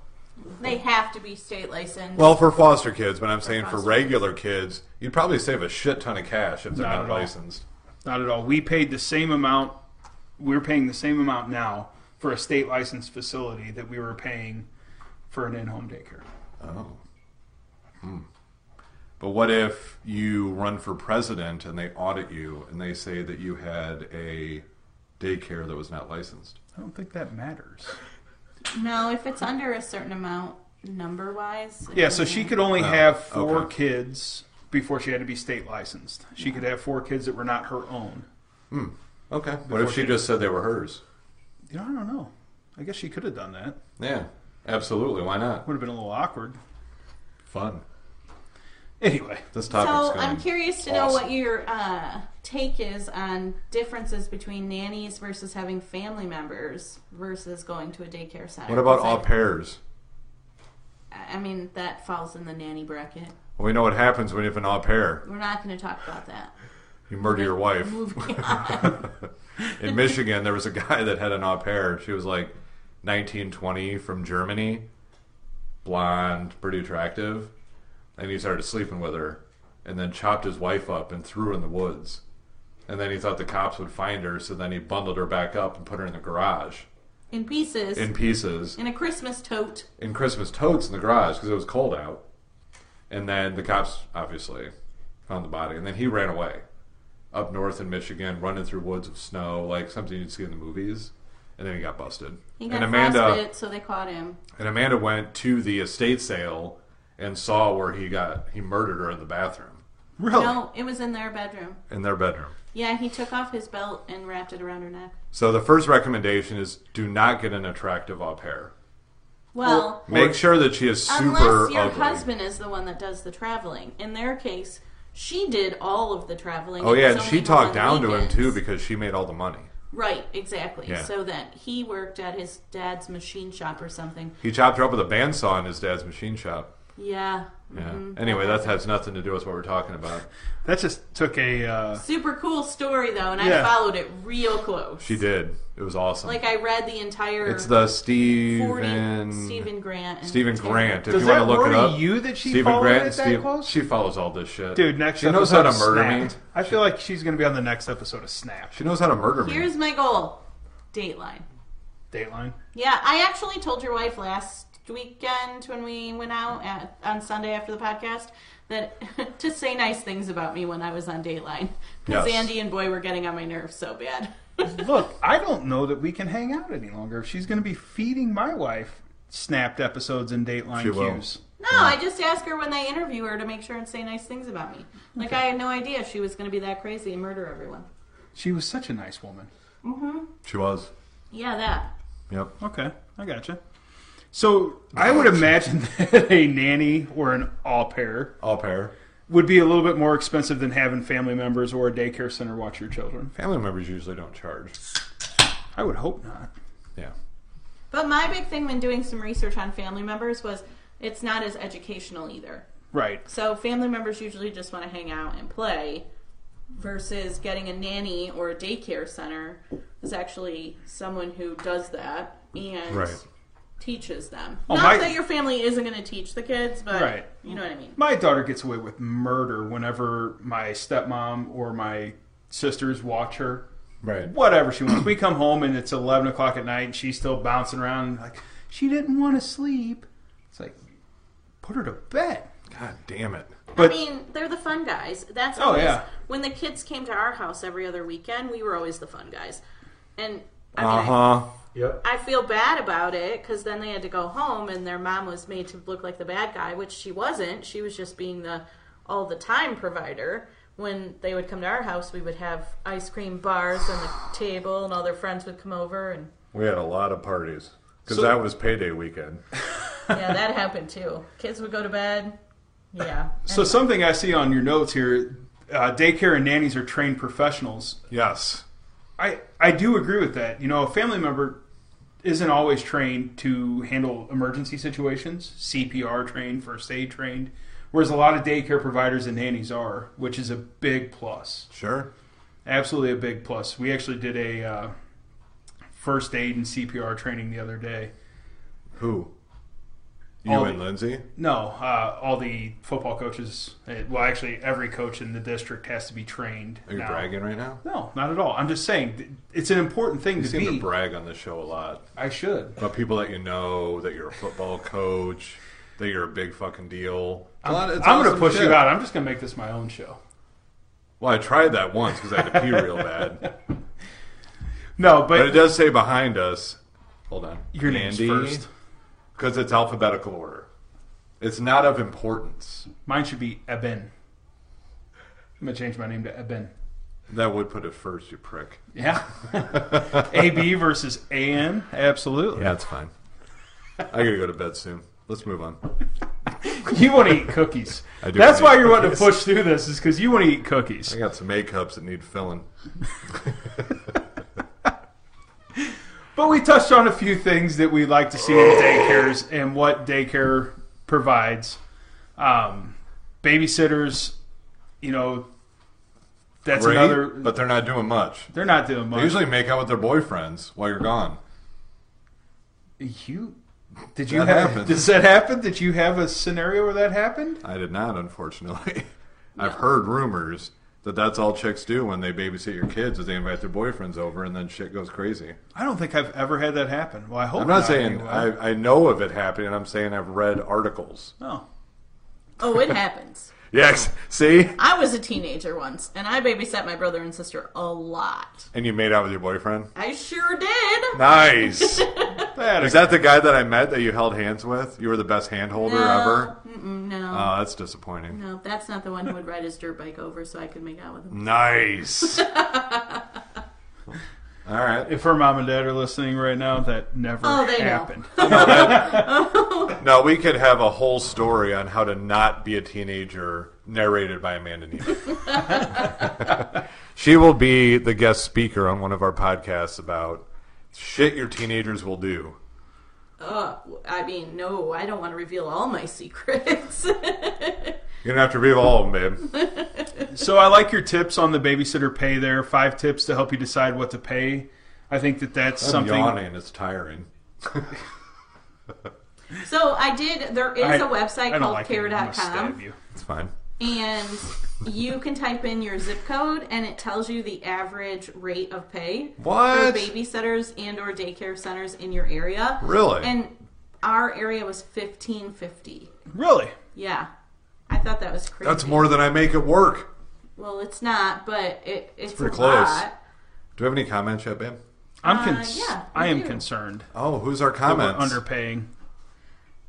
Speaker 3: They have to be state licensed.
Speaker 1: Well, for foster kids, but I'm saying for
Speaker 3: foster
Speaker 1: regular kids, you'd probably save a shit ton of cash if they're
Speaker 2: Not
Speaker 1: not,
Speaker 2: at all.
Speaker 1: licensed.
Speaker 2: not at all. We paid the same amount. We're paying the same amount now for a state licensed facility that we were paying for an in-home daycare.
Speaker 1: But what if you run for president and they audit you and they say that you had a daycare that was not licensed?
Speaker 2: I don't think that matters.
Speaker 3: no, if it's under a certain amount number wise.
Speaker 2: Yeah, so she could only have four
Speaker 1: Oh, okay.
Speaker 2: kids before she had to be state licensed. She could have four kids that were not her own.
Speaker 1: Okay. What if she
Speaker 2: she-
Speaker 1: just said they were hers?
Speaker 2: You know, I don't know. I guess she could have done that.
Speaker 1: Yeah, absolutely. Why not?
Speaker 2: Would have been a little awkward.
Speaker 1: Fun.
Speaker 2: Anyway,
Speaker 1: This topic's
Speaker 3: So
Speaker 1: going.
Speaker 3: I'm curious to know
Speaker 1: awesome.
Speaker 3: what your uh, take is on differences between nannies versus having family members versus going to a daycare center.
Speaker 1: What about
Speaker 3: 'Cause
Speaker 1: all
Speaker 3: I-
Speaker 1: pairs?
Speaker 3: I mean, that falls in the nanny bracket.
Speaker 1: Well, we know what happens when you have an au pair.
Speaker 3: We're not going to talk about that.
Speaker 1: You murder your wife.
Speaker 3: Moving on.
Speaker 1: In Michigan, there was a guy that had an au pair. She was like 19, 20 from Germany, blonde, pretty attractive. And he started sleeping with her and then chopped his wife up and threw her in the woods. And then he thought the cops would find her, so then he bundled her back up and put her in the garage
Speaker 3: In pieces.
Speaker 1: in
Speaker 3: In,
Speaker 1: pieces
Speaker 3: a Christmas tote.
Speaker 1: in Christmas totes in the garage because it was cold out. And then the cops obviously found the body. And then he ran away up north in Michigan, running through woods of snow, like something you'd see in the movies. And then he got busted.
Speaker 3: He got
Speaker 1: and Amanda
Speaker 3: frostbite, so they caught him.
Speaker 1: and Amanda went to the estate sale and saw where he got he murdered her in the bathroom Oh.
Speaker 2: really?
Speaker 3: No, it was in their bedroom.
Speaker 1: in their bedroom.
Speaker 3: Yeah, he took off his belt and wrapped it around her neck.
Speaker 1: So the first recommendation is do not get an attractive au pair.
Speaker 3: Well,
Speaker 1: Make sure that she is super
Speaker 3: unless your
Speaker 1: ugly.
Speaker 3: husband is the one that does the traveling. In their case, she did all of the traveling.
Speaker 1: oh
Speaker 3: It
Speaker 1: yeah,
Speaker 3: was
Speaker 1: and
Speaker 3: only
Speaker 1: she
Speaker 3: him on
Speaker 1: talked
Speaker 3: the
Speaker 1: down
Speaker 3: weekends.
Speaker 1: to him too because she made all the money.
Speaker 3: right, exactly.
Speaker 1: Yeah.
Speaker 3: So that he worked at his dad's machine shop or something.
Speaker 1: He chopped her up with a bandsaw in his dad's machine shop.
Speaker 3: Yeah.
Speaker 1: Yeah.
Speaker 3: mhm.
Speaker 1: Anyway, that has nothing to do with what we're talking about.
Speaker 2: That just took a. Uh,
Speaker 3: Super cool story though, and I
Speaker 2: Yeah.
Speaker 3: followed it real close.
Speaker 1: She did. It was awesome.
Speaker 3: Like I read the entire
Speaker 1: it's the
Speaker 3: 40
Speaker 1: Stephen
Speaker 3: Stephen Grant. and
Speaker 1: Stephen
Speaker 3: Terry-
Speaker 1: Grant. If
Speaker 2: does
Speaker 1: you
Speaker 2: that
Speaker 1: want to look
Speaker 2: worry
Speaker 1: it up,
Speaker 2: you that she
Speaker 1: Stephen
Speaker 2: followed
Speaker 1: Grant.
Speaker 2: it that
Speaker 1: Steve-
Speaker 2: close?
Speaker 1: She follows all this shit,
Speaker 2: Dude, next
Speaker 1: she knows how to
Speaker 2: episode of
Speaker 1: murder me.
Speaker 2: Snapped. I feel like she's going to be on the next episode of Snap.
Speaker 1: She knows how to murder me.
Speaker 3: Here's my goal. Dateline.
Speaker 2: Dateline.
Speaker 3: Yeah, I actually told your wife last weekend when we went out at, on Sunday after the podcast that to say nice things about me when I was on Dateline because
Speaker 1: Yes.
Speaker 3: Andy and Boy were getting on my nerves so bad.
Speaker 2: Look, I don't know that we can hang out any longer. If she's going to be feeding my wife snapped episodes and Dateline
Speaker 1: She will.
Speaker 2: cues.
Speaker 3: No, I just ask her when they interview her to make sure and say nice things about me. Like I had no idea she was going to be that crazy and murder everyone.
Speaker 2: She was such a nice woman.
Speaker 1: She was.
Speaker 3: Yeah, that.
Speaker 1: Yep.
Speaker 2: Okay, I gotcha. So I would imagine that a nanny or an au pair
Speaker 1: All pair.
Speaker 2: would be a little bit more expensive than having family members or a daycare center watch your children.
Speaker 1: Family members usually don't charge.
Speaker 2: I would hope not.
Speaker 1: Yeah.
Speaker 3: But my big thing when doing some research on family members was it's not as educational either.
Speaker 2: Right.
Speaker 3: So family members usually just want to hang out and play versus getting a nanny or a daycare center is actually someone who does that and
Speaker 1: Right.
Speaker 3: teaches them.
Speaker 2: Oh,
Speaker 3: Not
Speaker 2: my-
Speaker 3: that your family isn't going to teach the kids, but
Speaker 2: Right.
Speaker 3: you know what I mean.
Speaker 2: My daughter gets away with murder whenever my stepmom or my sisters watch her.
Speaker 1: Right.
Speaker 2: Whatever she wants. we come home and it's 11 o'clock at night and she's still bouncing around like, she didn't want to sleep. It's like, put her to bed.
Speaker 1: God damn it.
Speaker 2: But
Speaker 3: I mean, they're the fun guys. That's
Speaker 2: Oh,
Speaker 3: always,
Speaker 2: yeah.
Speaker 3: When the kids came to our house every other weekend, we were always the fun guys, and I mean,
Speaker 1: Uh
Speaker 2: Uh-huh.
Speaker 1: huh.
Speaker 4: Yep.
Speaker 3: I feel bad about it because then they had to go home, and their mom was made to look like the bad guy, which she wasn't. She was just being the all the time provider. When they would come to our house, we would have ice cream bars on the table, and all their friends would come over, and
Speaker 1: We had a lot of parties because
Speaker 2: So-
Speaker 1: that was payday weekend.
Speaker 3: yeah, that happened too. Kids would go to bed. Yeah.
Speaker 2: so something I see on your notes here uh, daycare and nannies are trained professionals.
Speaker 1: Yes.
Speaker 2: I, I do agree with that. You know, a family member isn't always trained to handle emergency situations, CPR trained, first aid trained, whereas a lot of daycare providers and nannies are, which is a big plus.
Speaker 1: Sure.
Speaker 2: Absolutely a big plus. We actually did a uh, first aid and CPR training the other day.
Speaker 1: Who? You
Speaker 2: All
Speaker 1: and
Speaker 2: the-
Speaker 1: Lindsay.
Speaker 2: No, uh, all the football coaches, eh, well, actually, every coach in the district has to be trained.
Speaker 1: Are you
Speaker 2: now.
Speaker 1: bragging right now?
Speaker 2: No, not at all. I'm just saying th- it's an important thing
Speaker 1: You
Speaker 2: to
Speaker 1: seem
Speaker 2: be.
Speaker 1: to brag on this show a lot
Speaker 2: I should.
Speaker 1: about people that you know, that you're a football coach, that you're a big fucking deal. I'm,
Speaker 2: I'm going to push you out. I'm just going to make this my own show.
Speaker 1: Well, I tried that once because I had to pee real bad,
Speaker 2: No,
Speaker 1: but it
Speaker 2: but
Speaker 1: does say behind us. Hold on,
Speaker 2: Your name's first.
Speaker 1: because it's alphabetical order. It's not of importance.
Speaker 2: mine should be Eben. I'm gonna change my name to Eben.
Speaker 1: That would put it first, you prick.
Speaker 2: Yeah. AB versus AN. Absolutely.
Speaker 1: Yeah, it's fine. I gotta go to bed soon. Let's move on.
Speaker 2: You want to eat cookies.
Speaker 1: I do
Speaker 2: That's
Speaker 1: wanna
Speaker 2: why
Speaker 1: eat
Speaker 2: you're wanting to
Speaker 1: cookies.
Speaker 2: push through this, is because you want to eat cookies.
Speaker 1: I got some A cups that need filling.
Speaker 2: But we touched on a few things that we like to see in
Speaker 1: Oh.
Speaker 2: daycares and what daycare provides. Um, babysitters, you know, that's
Speaker 1: Great,
Speaker 2: another.
Speaker 1: but they're not doing much.
Speaker 2: they're not doing
Speaker 1: They
Speaker 2: much.
Speaker 1: usually make out with their boyfriends while you're gone.
Speaker 2: you did you
Speaker 1: That
Speaker 2: have?
Speaker 1: happens.
Speaker 2: Does that happen? Did you have a scenario where that happened?
Speaker 1: I did not, unfortunately. I've heard rumors that that's all chicks do when they babysit your kids is they invite their boyfriends over and then shit goes crazy.
Speaker 2: I don't think I've ever had that happen. Well, I hope
Speaker 1: I'm not saying
Speaker 2: anyway.
Speaker 1: I, I know of it happening. I'm saying I've read articles.
Speaker 2: No.
Speaker 3: oh, it happens.
Speaker 1: Yes, see,
Speaker 3: I was a teenager once, and I babysat my brother and sister a lot.
Speaker 1: and you made out with your boyfriend.
Speaker 3: I sure did.
Speaker 1: Nice.
Speaker 2: That
Speaker 1: Is that the guy that I met that you held hands with? You were the best hand holder ever.
Speaker 3: Mm-mm, no.
Speaker 1: Oh, that's disappointing.
Speaker 3: No, that's not the one who would ride his dirt bike over so I could make out with him.
Speaker 1: Nice. all right.
Speaker 2: If her mom and dad are listening right now, that never
Speaker 3: Oh, they know.
Speaker 2: happened.
Speaker 1: No, we could have a whole story on how to not be a teenager narrated by Amanda Neiman. she will be the guest speaker on one of our podcasts about shit your teenagers will do.
Speaker 3: Uh, I mean, no, I don't want to reveal all my secrets.
Speaker 1: You're gonna have to read all of them, babe.
Speaker 2: So I like your tips on the babysitter pay there. Five tips to help you decide what to pay. I think that that's
Speaker 1: Something.
Speaker 2: something.
Speaker 1: I'm yawning. It's tiring.
Speaker 3: so I did. There is
Speaker 2: I-
Speaker 3: a website
Speaker 2: I don't
Speaker 3: called
Speaker 2: like it. I'm gonna stab
Speaker 3: care.com.
Speaker 2: you.
Speaker 1: It's fine.
Speaker 3: and you can type in your zip code, and it tells you the average rate of pay
Speaker 1: What?
Speaker 3: for babysitters and or daycare centers in your area.
Speaker 1: Really?
Speaker 3: And our area was fifteen fifty.
Speaker 2: Really?
Speaker 3: Yeah, I thought that was crazy.
Speaker 1: That's more than I make at work.
Speaker 3: Well, it's not, but it, it's,
Speaker 1: pretty
Speaker 3: a
Speaker 1: close.
Speaker 3: Lot.
Speaker 1: Do we have any comments yet, babe?
Speaker 2: I'm
Speaker 3: Uh,
Speaker 2: cons-
Speaker 3: yeah,
Speaker 2: I
Speaker 3: we
Speaker 2: am
Speaker 3: do.
Speaker 2: concerned.
Speaker 1: Oh, who's our
Speaker 2: that
Speaker 1: comments?
Speaker 2: We're underpaying.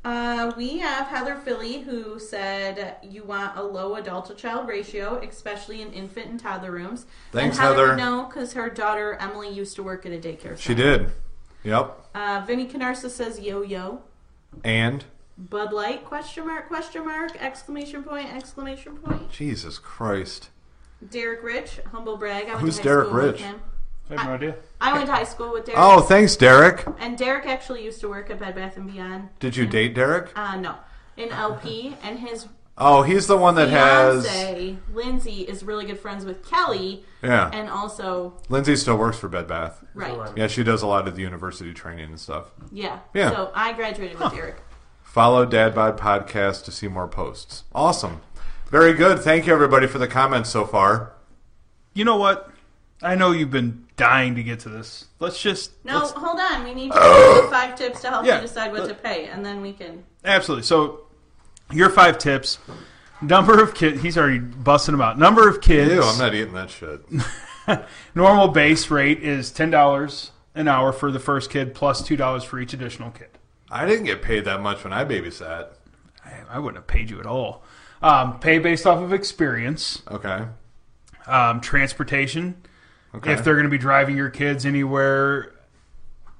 Speaker 3: Uh, we have Heather Philly who said you want a low adult to child ratio, especially in infant and toddler rooms.
Speaker 1: Thanks,
Speaker 3: and Heather.
Speaker 1: Heather.
Speaker 3: would know because her daughter Emily used to work at a daycare.
Speaker 1: She
Speaker 3: center.
Speaker 1: did. Yep.
Speaker 3: Uh, Vinny Canarsa says yo yo.
Speaker 1: And
Speaker 3: Bud Light question mark question mark exclamation point exclamation point.
Speaker 1: Jesus Christ.
Speaker 3: Derek Rich humble brag. I went
Speaker 1: Who's
Speaker 3: to high
Speaker 1: Derek
Speaker 3: school with
Speaker 1: Rich?
Speaker 3: him.
Speaker 2: I have no idea.
Speaker 3: I went to high school with Derek.
Speaker 1: Oh, thanks, Derek.
Speaker 3: and Derek actually used to work at Bed Bath and Beyond.
Speaker 1: Did you date Derek?
Speaker 3: Uh, no, in LP, and his
Speaker 1: Oh, he's the one that has.
Speaker 3: fiance Lindsay is really good friends with Kelly,
Speaker 1: Yeah.
Speaker 3: and also
Speaker 1: Lindsay still works for Bed Bath.
Speaker 3: right,
Speaker 1: Yeah, she does a lot of the university training and stuff.
Speaker 3: yeah.
Speaker 1: Yeah.
Speaker 3: So I graduated with Derek.
Speaker 1: Follow Dad Bod Podcast to see more posts. Awesome. Very good. Thank you, everybody, for the comments so far.
Speaker 2: You know what? I know you've been dying to get to this. Let's just
Speaker 3: No,
Speaker 2: let's-
Speaker 3: hold on. We need to give five tips to help
Speaker 2: Yeah.
Speaker 3: you decide what
Speaker 2: Let-
Speaker 3: to pay, and then we can.
Speaker 2: absolutely. So, your five tips. Number of kids. He's already busting them out. Number of kids.
Speaker 1: Ew, I'm not eating that shit.
Speaker 2: Normal base rate is ten dollars an hour for the first kid, plus two dollars for each additional kid.
Speaker 1: I didn't get paid that much when I babysat.
Speaker 2: I, I wouldn't have paid you at all. Um, pay based off of experience,
Speaker 1: Okay.
Speaker 2: um, transportation.
Speaker 1: Okay.
Speaker 2: If they're going to be driving your kids anywhere,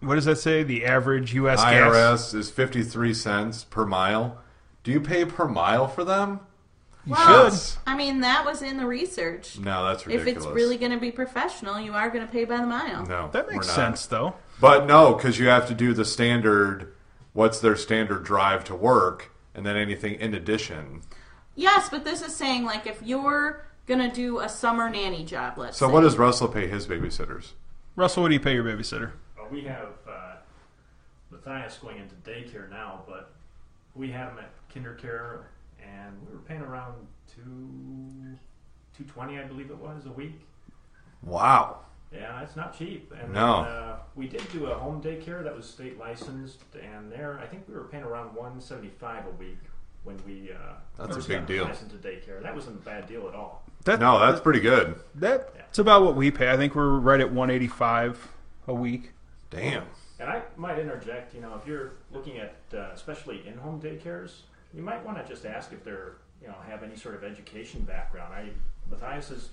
Speaker 2: what does that say? The average U.S.
Speaker 1: IRS
Speaker 2: gas.
Speaker 1: is 53 cents per mile. Do you pay per mile for them?
Speaker 2: You
Speaker 3: Well,
Speaker 2: should.
Speaker 3: I mean, that was in the research.
Speaker 1: No, that's
Speaker 3: If
Speaker 1: ridiculous.
Speaker 3: it's really going to be professional, you are going to pay by the mile.
Speaker 1: no,
Speaker 2: That
Speaker 1: we're
Speaker 2: makes
Speaker 1: not.
Speaker 2: sense, though.
Speaker 1: But no, because you have to do the standard. What's their standard drive to work, and then anything in addition.
Speaker 3: Yes, but this is saying like if you're going to do a summer nanny job, let's
Speaker 1: So
Speaker 3: say.
Speaker 1: what does Russell pay his babysitters?
Speaker 2: Russell, what do you pay your babysitter?
Speaker 4: Well, we have uh, Matthias going into daycare now, but we had him at kinder care, and we were paying around two two twenty, I believe it was, a week.
Speaker 1: Wow.
Speaker 4: Yeah, it's not cheap. And
Speaker 1: No.
Speaker 4: then, uh, we did do a home daycare that was state licensed, and there I think we were paying around one seventy five a week when we. Uh,
Speaker 1: That's a
Speaker 4: first
Speaker 1: big
Speaker 4: got
Speaker 1: deal.
Speaker 4: Licensed to daycare. That wasn't a bad deal at all.
Speaker 2: That,
Speaker 1: No, that's pretty good.
Speaker 2: that's about what we pay. I think we're right at 185 a week.
Speaker 1: Damn.
Speaker 4: And I might interject, you know, if you're looking at uh, especially in-home daycares, you might want to just ask if they're, you know, have any sort of education background. I Matthias's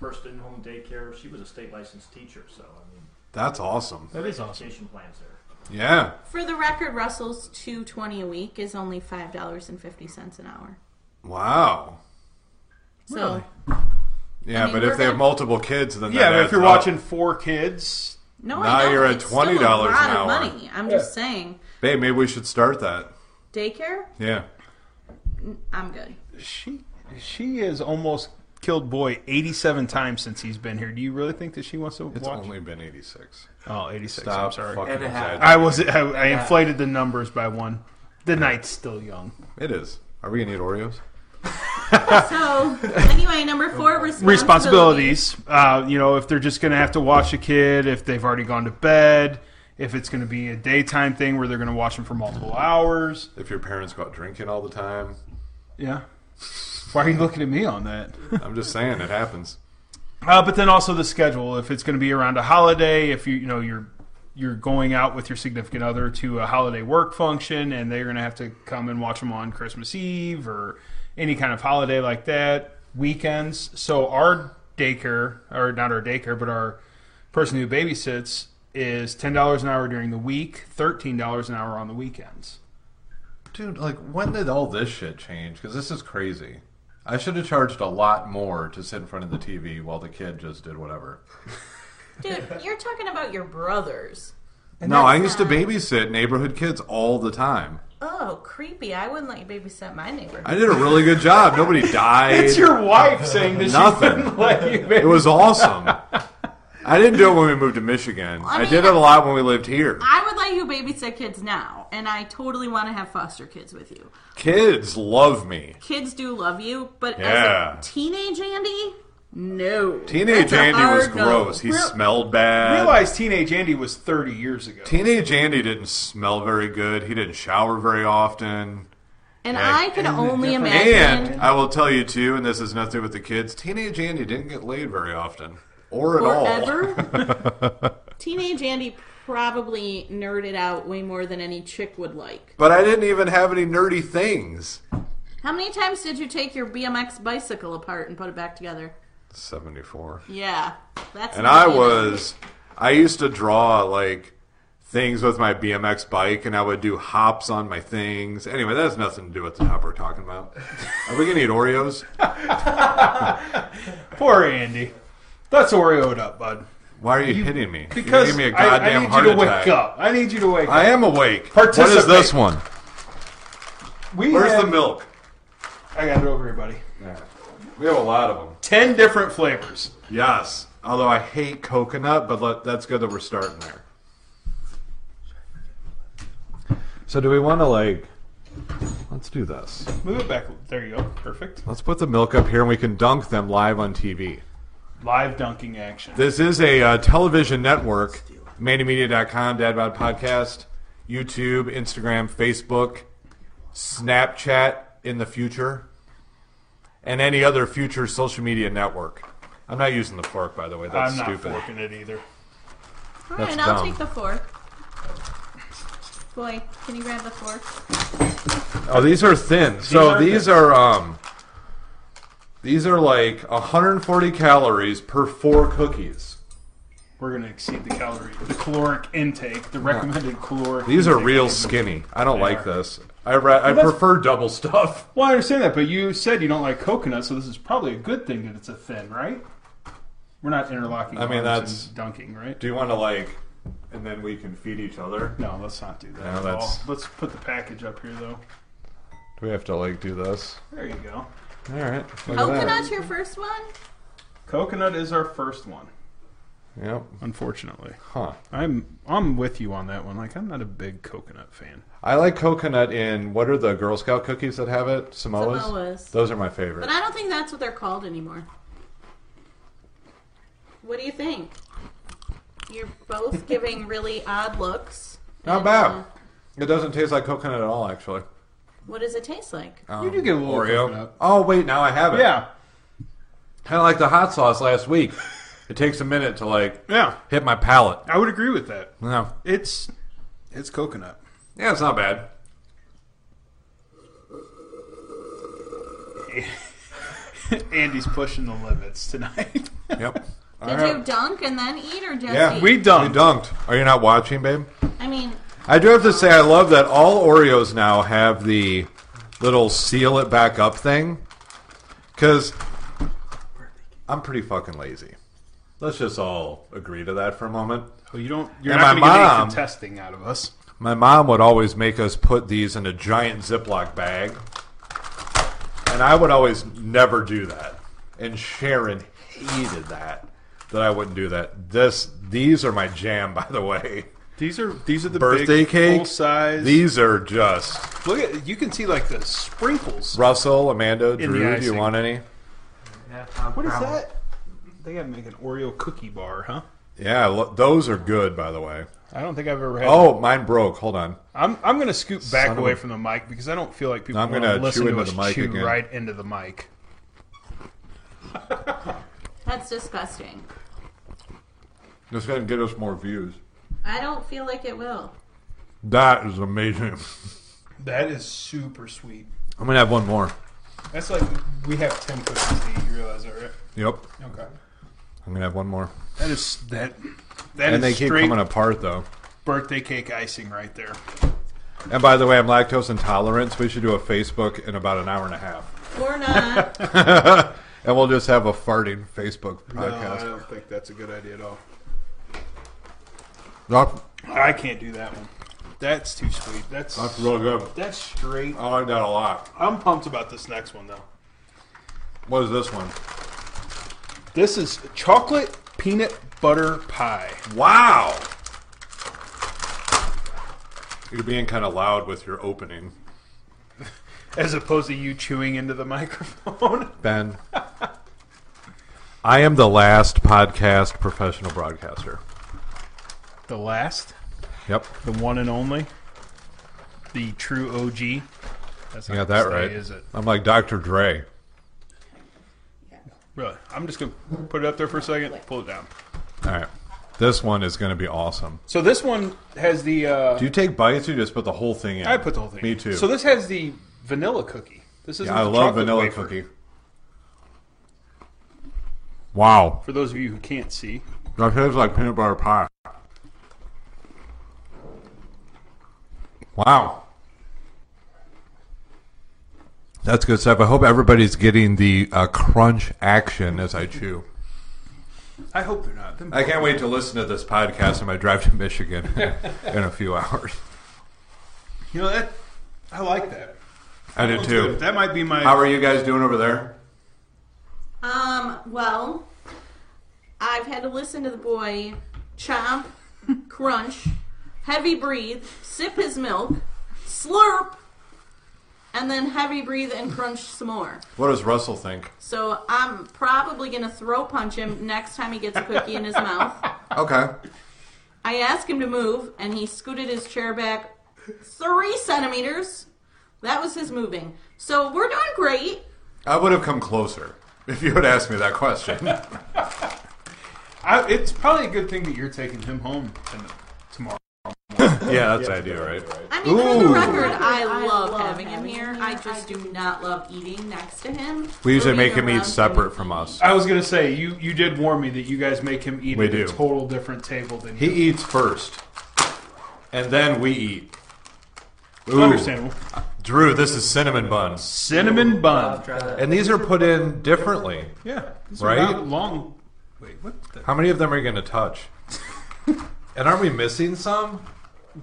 Speaker 4: first in-home daycare, she was a state licensed teacher, so I mean,
Speaker 1: That's awesome.
Speaker 2: That is awesome.
Speaker 4: education plans there.
Speaker 1: Yeah.
Speaker 3: For the record, Russell's two twenty a week is only five dollars and fifty cents an hour.
Speaker 1: Wow.
Speaker 3: So
Speaker 2: Really?
Speaker 1: Yeah,
Speaker 3: I mean,
Speaker 1: but
Speaker 3: we're
Speaker 1: if they have
Speaker 3: gonna-
Speaker 1: multiple kids, then that
Speaker 2: Yeah, but if
Speaker 1: adds
Speaker 2: you're
Speaker 1: up.
Speaker 2: watching four kids,
Speaker 3: no,
Speaker 1: Now
Speaker 3: I know,
Speaker 1: you're at
Speaker 3: it's still a
Speaker 1: $20 an
Speaker 3: lot of
Speaker 1: hour.
Speaker 3: Money. I'm just saying,
Speaker 1: babe, maybe we should start that.
Speaker 3: daycare.
Speaker 1: Yeah.
Speaker 3: I'm good.
Speaker 2: she she has almost killed boy 87 times since he's been here. Do you really think that she wants to
Speaker 1: It's
Speaker 2: watch?
Speaker 1: only been 86.
Speaker 2: oh, 86. I'm
Speaker 1: Stop
Speaker 2: sorry.
Speaker 1: fucking
Speaker 4: And a half.
Speaker 1: exaggerating.
Speaker 2: I was I, I inflated the numbers by one. The night's still young.
Speaker 1: It is. Are we gonna eat Oreos?
Speaker 3: So anyway, number four responsibilities.
Speaker 2: responsibilities. Uh, you know, if they're just going to have to watch a kid, if they've already gone to bed, if it's going to be a daytime thing where they're going to watch them for multiple hours.
Speaker 1: If your parents go out drinking all the time,
Speaker 2: Yeah. Why are you looking at me on that?
Speaker 1: I'm just saying it happens.
Speaker 2: uh, but then also the schedule. If it's going to be around a holiday, if you you know you're you're going out with your significant other to a holiday work function, and they're going to have to come and watch them on Christmas Eve or any kind of holiday like that. Weekends. So our daycare, or not our daycare, but our person who babysits is ten dollars an hour during the week, thirteen dollars an hour on the weekends.
Speaker 1: Dude, like when did all this shit change? Because this is crazy. I should have charged a lot more to sit in front of the TV while the kid just did whatever.
Speaker 3: Dude, you're talking about your brothers.
Speaker 1: no, I used to babysit neighborhood kids all the time.
Speaker 3: Oh, creepy! I wouldn't let you babysit my neighbor.
Speaker 1: I did a really good job. Nobody died.
Speaker 2: It's your wife saying this.
Speaker 1: Nothing.
Speaker 2: Like you,
Speaker 1: It was awesome. I I didn't do it when we moved to Michigan. I,
Speaker 3: I
Speaker 1: did it
Speaker 3: mean-
Speaker 1: a lot when we lived here.
Speaker 3: I would let you babysit kids now, and I totally want to have foster kids with you.
Speaker 1: Kids love me.
Speaker 3: Kids do love you, but
Speaker 1: Yeah.
Speaker 3: as a teenage Andy, no.
Speaker 1: Teenage
Speaker 3: That's a
Speaker 1: Andy was
Speaker 3: hard no.
Speaker 1: gross. He
Speaker 2: Real-
Speaker 1: smelled bad.
Speaker 2: Realize teenage Andy was 30 years ago.
Speaker 1: Teenage Andy didn't smell very good. He didn't shower very often.
Speaker 3: and
Speaker 1: Yeah.
Speaker 3: I could only
Speaker 2: different-
Speaker 3: imagine.
Speaker 1: And I will tell you too, and this has nothing to do with the kids. Teenage Andy didn't get laid very often, or at all.
Speaker 3: Forever. Teenage Andy probably nerded out way more than any chick would like.
Speaker 1: But I didn't even have any nerdy things.
Speaker 3: How many times did you take your BMX bicycle apart and put it back together?
Speaker 1: Seventy-four.
Speaker 3: Yeah, that's.
Speaker 1: And I
Speaker 3: nerdy, though.
Speaker 1: was, I used to draw like things with my BMX bike, and I would do hops on my things. Anyway, that has nothing to do with the hop we're talking about. Are we gonna eat Oreos?
Speaker 2: Poor Andy. That's Oreoed up, bud.
Speaker 1: Why are you, hitting me? You
Speaker 2: Because
Speaker 1: gave me a
Speaker 2: I- I,
Speaker 1: goddamn
Speaker 2: need
Speaker 1: heart
Speaker 2: you to
Speaker 1: attack.
Speaker 2: wake up. I need you to wake
Speaker 1: I
Speaker 2: up.
Speaker 1: am awake. What is
Speaker 2: Participate.
Speaker 1: this one?
Speaker 2: We
Speaker 1: Where's
Speaker 2: had-
Speaker 1: the milk?
Speaker 2: I got it over here, buddy.
Speaker 1: We have a lot of them.
Speaker 2: Ten different flavors.
Speaker 1: Yes. Although I hate coconut, but let, that's good that we're starting there. So do we want to like? Let's do this.
Speaker 2: Move it back. There you go. Perfect.
Speaker 1: Let's put the milk up here, and we can dunk them live on TV.
Speaker 2: Live dunking action.
Speaker 1: This is a uh, television network. MandyMedia.com, Dad Bod Podcast, YouTube, Instagram, Facebook, Snapchat in the future, and any other future social media network. I'm not using the fork, by the way. That's
Speaker 2: I'm not
Speaker 1: stupid.
Speaker 2: forking it either.
Speaker 3: All
Speaker 1: That's
Speaker 3: right, I'll
Speaker 1: dumb.
Speaker 3: take the fork. Boy, can you grab the fork?
Speaker 1: Oh, these are thin. so
Speaker 2: are
Speaker 1: these
Speaker 2: thin.
Speaker 1: are um these are like 140 calories per four cookies.
Speaker 2: We're going to exceed the calorie, the caloric intake, the recommended caloric.
Speaker 1: These are
Speaker 2: intake.
Speaker 1: real skinny. I don't like
Speaker 2: are.
Speaker 1: this. I ra- I
Speaker 2: that's-
Speaker 1: prefer double stuff.
Speaker 2: Well, I understand that, but you said you don't like coconut, so this is probably a good thing that it's a thin, right? We're not interlocking.
Speaker 1: I mean, that's-
Speaker 2: arms and dunking, right?
Speaker 1: Do you want to like and then we can feed each other? Do
Speaker 2: No, let's not do that.
Speaker 1: No,
Speaker 2: at
Speaker 1: that's-
Speaker 2: all. Let's put the package up here, though.
Speaker 1: we have to like do this?
Speaker 2: There you go.
Speaker 1: All right.
Speaker 3: Oh,
Speaker 1: Look at that.
Speaker 3: Coconut's your first one?
Speaker 2: Coconut is our first one.
Speaker 1: Yep.
Speaker 2: Unfortunately,
Speaker 1: Huh.
Speaker 2: I'm I'm with you on that one. Like, I'm not a big coconut fan.
Speaker 1: I like coconut in what are the Girl Scout cookies that have it? Samoas.
Speaker 3: Samoas.
Speaker 1: Those are my favorite.
Speaker 3: But I don't think that's what they're called anymore. What do you think? You're both giving really odd looks.
Speaker 1: Not
Speaker 3: And,
Speaker 1: bad.
Speaker 3: uh,
Speaker 1: It doesn't taste like coconut at all, actually.
Speaker 3: what does it taste like?
Speaker 1: Um,
Speaker 2: do get a little coconut.
Speaker 1: Oh wait, now I have it.
Speaker 2: Yeah,
Speaker 1: Kind of like the hot sauce last week. It takes a minute to like
Speaker 2: yeah,
Speaker 1: hit my palate.
Speaker 2: I would agree with that.
Speaker 1: No.
Speaker 2: It's it's coconut.
Speaker 1: Yeah, it's not bad.
Speaker 2: Andy's pushing the limits tonight.
Speaker 1: Yep. All
Speaker 3: Did
Speaker 1: right.
Speaker 3: you dunk and then eat, or just
Speaker 1: Yeah.
Speaker 3: eat?
Speaker 2: we
Speaker 1: We
Speaker 2: done.
Speaker 1: dunked. Are you not watching, babe?
Speaker 3: I mean,
Speaker 1: I do have to say I love that all Oreos now have the little seal it back up thing. Cuz I'm pretty fucking lazy. Let's just all agree to that for a moment.
Speaker 2: Well, you don't. You're
Speaker 1: And
Speaker 2: not
Speaker 1: my
Speaker 2: going to get any
Speaker 1: mom-
Speaker 2: contesting out of us.
Speaker 1: My mom would always make us put these in a giant Ziploc bag. And I would always never do that. And Sharon hated that that I wouldn't do that. This these are my jam by the way.
Speaker 2: These are these are the
Speaker 1: Birthday
Speaker 2: big,
Speaker 1: cake.
Speaker 2: full size.
Speaker 1: These are just
Speaker 2: look at you can see like the sprinkles.
Speaker 1: Russell, Amanda, Drew, do you
Speaker 2: icing.
Speaker 1: want any?
Speaker 2: What is that? They got to make an Oreo cookie bar, huh?
Speaker 1: Yeah, lo- those are good by the way.
Speaker 2: I don't think I've ever had.
Speaker 1: Oh, mine broke. Hold on.
Speaker 2: I'm I'm going to scoot back
Speaker 1: Son of
Speaker 2: away
Speaker 1: a-
Speaker 2: from the mic because I don't feel like people
Speaker 1: I'm
Speaker 2: want
Speaker 1: gonna
Speaker 2: to
Speaker 1: chew
Speaker 2: listen to
Speaker 1: into
Speaker 2: us
Speaker 1: the mic
Speaker 2: chew
Speaker 1: again.
Speaker 2: right into the mic.
Speaker 3: that's disgusting.
Speaker 1: This is going to get us more views.
Speaker 3: I don't feel like it will.
Speaker 1: That is amazing.
Speaker 2: That is super sweet.
Speaker 1: I'm going to have one more.
Speaker 2: That's like we have ten cookies to eat. You realize that, right?
Speaker 1: Yep.
Speaker 2: Okay.
Speaker 1: I'm going to have one more.
Speaker 2: That is that. That
Speaker 1: And
Speaker 2: is
Speaker 1: they keep
Speaker 2: straight
Speaker 1: coming apart though.
Speaker 2: birthday cake icing right there.
Speaker 1: And by the way, I'm lactose intolerant. so We should do a Facebook in about an hour and a half,
Speaker 3: Or not.
Speaker 1: and we'll just have a farting Facebook podcast.
Speaker 2: don't think that's a good idea at all.
Speaker 1: That's,
Speaker 2: I can't do that one. That's too sweet. That's
Speaker 1: that's really good.
Speaker 2: that's straight.
Speaker 1: I like that a lot.
Speaker 2: I'm pumped about this next one though.
Speaker 1: What is this one?
Speaker 2: This is chocolate peanut butter pie.
Speaker 1: Wow. You're being kind of loud with your opening,
Speaker 2: As opposed to you chewing into the microphone.
Speaker 1: Ben. I am the last podcast professional broadcaster.
Speaker 2: the last,
Speaker 1: Yep.
Speaker 2: the one and only, the true OG. That's
Speaker 1: You got
Speaker 2: not gonna
Speaker 1: that
Speaker 2: stay,
Speaker 1: right.
Speaker 2: Is it?
Speaker 1: I'm like Dr. Dre.
Speaker 2: Really? I'm just gonna put it up there for a second. Pull it down.
Speaker 1: All right. This one is going to be awesome.
Speaker 2: So this one has the. Uh,
Speaker 1: Do you take bites or you just put the whole thing in?
Speaker 2: I put the whole thing.
Speaker 1: Me
Speaker 2: in.
Speaker 1: too.
Speaker 2: So this has the vanilla cookie. This is.
Speaker 1: I love vanilla
Speaker 2: wafer.
Speaker 1: cookie. Wow.
Speaker 2: For those of you who can't see,
Speaker 1: That tastes like peanut butter pie. Wow. That's good stuff. I hope everybody's getting the uh, crunch action as I chew.
Speaker 2: I hope they're not. Them-
Speaker 1: I can't wait to listen to this podcast on my drive to Michigan in a few hours.
Speaker 2: you know that. I like that.
Speaker 1: I do too.
Speaker 2: That might be my.
Speaker 1: How are you guys doing over there?
Speaker 3: Um, well, I've had to listen to the boy chomp, crunch, heavy breathe, sip his milk, slurp, and then heavy breathe and crunch some more.
Speaker 1: What does Russell think?
Speaker 3: So I'm probably going to throw punch him next time he gets a cookie in his mouth.
Speaker 1: Okay.
Speaker 3: I asked him to move, and he scooted his chair back three centimeters. That was his moving. So we're doing great.
Speaker 1: I would have come closer if you had asked me that question.
Speaker 2: I, it's probably a good thing that you're taking him home in the- tomorrow.
Speaker 1: Yeah, that's ideal, right?
Speaker 3: I mean, for the
Speaker 1: Ooh.
Speaker 3: record, I, love, having him here. I just do not love eating next to him.
Speaker 1: We usually
Speaker 3: Or
Speaker 1: make
Speaker 3: being
Speaker 1: him eat
Speaker 3: around
Speaker 1: separate from us.
Speaker 2: I was gonna say you you did warn me that you guys make him eat
Speaker 1: We
Speaker 2: at
Speaker 1: do.
Speaker 2: a total different table than
Speaker 1: He eats first, and then we eat. Ooh,
Speaker 2: Understandable.
Speaker 1: Drew, this is cinnamon buns,
Speaker 2: Cinnamon bun.
Speaker 1: and these are put in differently.
Speaker 2: Yeah. These
Speaker 1: Right?
Speaker 2: Are not long. Wait, what? The?
Speaker 1: How many of them are you going to touch? And aren't we missing some?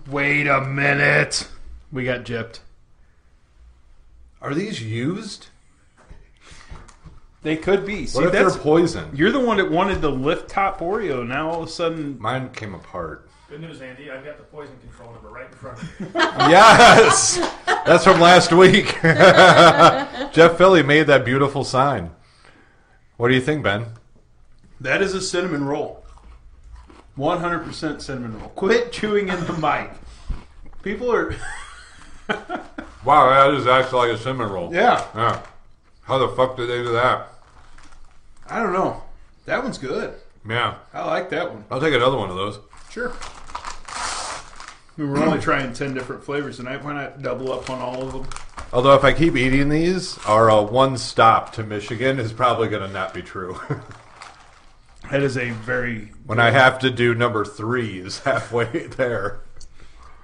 Speaker 2: Wait a minute. We got gypped.
Speaker 1: Are these used?
Speaker 2: They could be. See,
Speaker 1: What if they're
Speaker 2: that's
Speaker 1: poisoned?
Speaker 2: you're the one that wanted the lift top Oreo. Now all of a sudden,
Speaker 1: Mine came apart.
Speaker 4: Good news, Andy. I've got the poison control number right in front of me.
Speaker 1: Yes, that's from last week. Jeff Philly made that beautiful sign. What do you think, Ben?
Speaker 2: that is a cinnamon roll. One hundred percent cinnamon roll. Quit chewing in the mic. People are.
Speaker 1: Wow, that is actually like a cinnamon roll.
Speaker 2: Yeah.
Speaker 1: Yeah. How the fuck did they do that?
Speaker 2: I don't know. That one's good.
Speaker 1: Yeah.
Speaker 2: I like that one.
Speaker 1: I'll take another one of those.
Speaker 2: Sure. We were only trying ten different flavors tonight. Why not double up on all of them?
Speaker 1: Although if I keep eating these, our uh, one stop to Michigan is probably going to not be true.
Speaker 2: That is a very
Speaker 1: when I have to do number threes halfway there.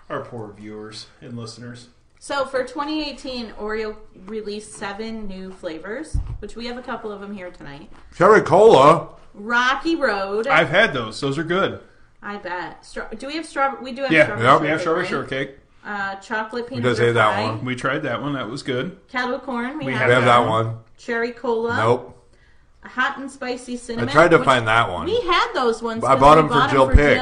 Speaker 2: our poor viewers and listeners.
Speaker 3: So for 2018, Oreo released seven new flavors, which we have a couple of them here tonight.
Speaker 1: Cherry cola.
Speaker 3: Rocky Road, I,
Speaker 2: I've had those. Those are good.
Speaker 3: bet. Stra- do we have strawberry? We do have
Speaker 2: Yeah,
Speaker 3: strawberry.
Speaker 1: yep.
Speaker 2: we have strawberry
Speaker 3: shortcake,
Speaker 2: shortcake.
Speaker 3: right? Uh, chocolate peanut
Speaker 1: does
Speaker 3: butter
Speaker 1: have that
Speaker 3: pie.
Speaker 1: one.
Speaker 2: We tried that one. That was good.
Speaker 3: Kettle corn. We,
Speaker 2: We
Speaker 1: We
Speaker 3: have,
Speaker 1: have that one.
Speaker 3: Cherry cola.
Speaker 1: Nope.
Speaker 3: Hot and spicy
Speaker 1: I
Speaker 3: cinnamon.
Speaker 1: tried to
Speaker 3: which-
Speaker 1: find that one.
Speaker 3: We had those ones.
Speaker 1: I
Speaker 3: 'cause
Speaker 1: bought
Speaker 3: we
Speaker 1: them for Jill Pig.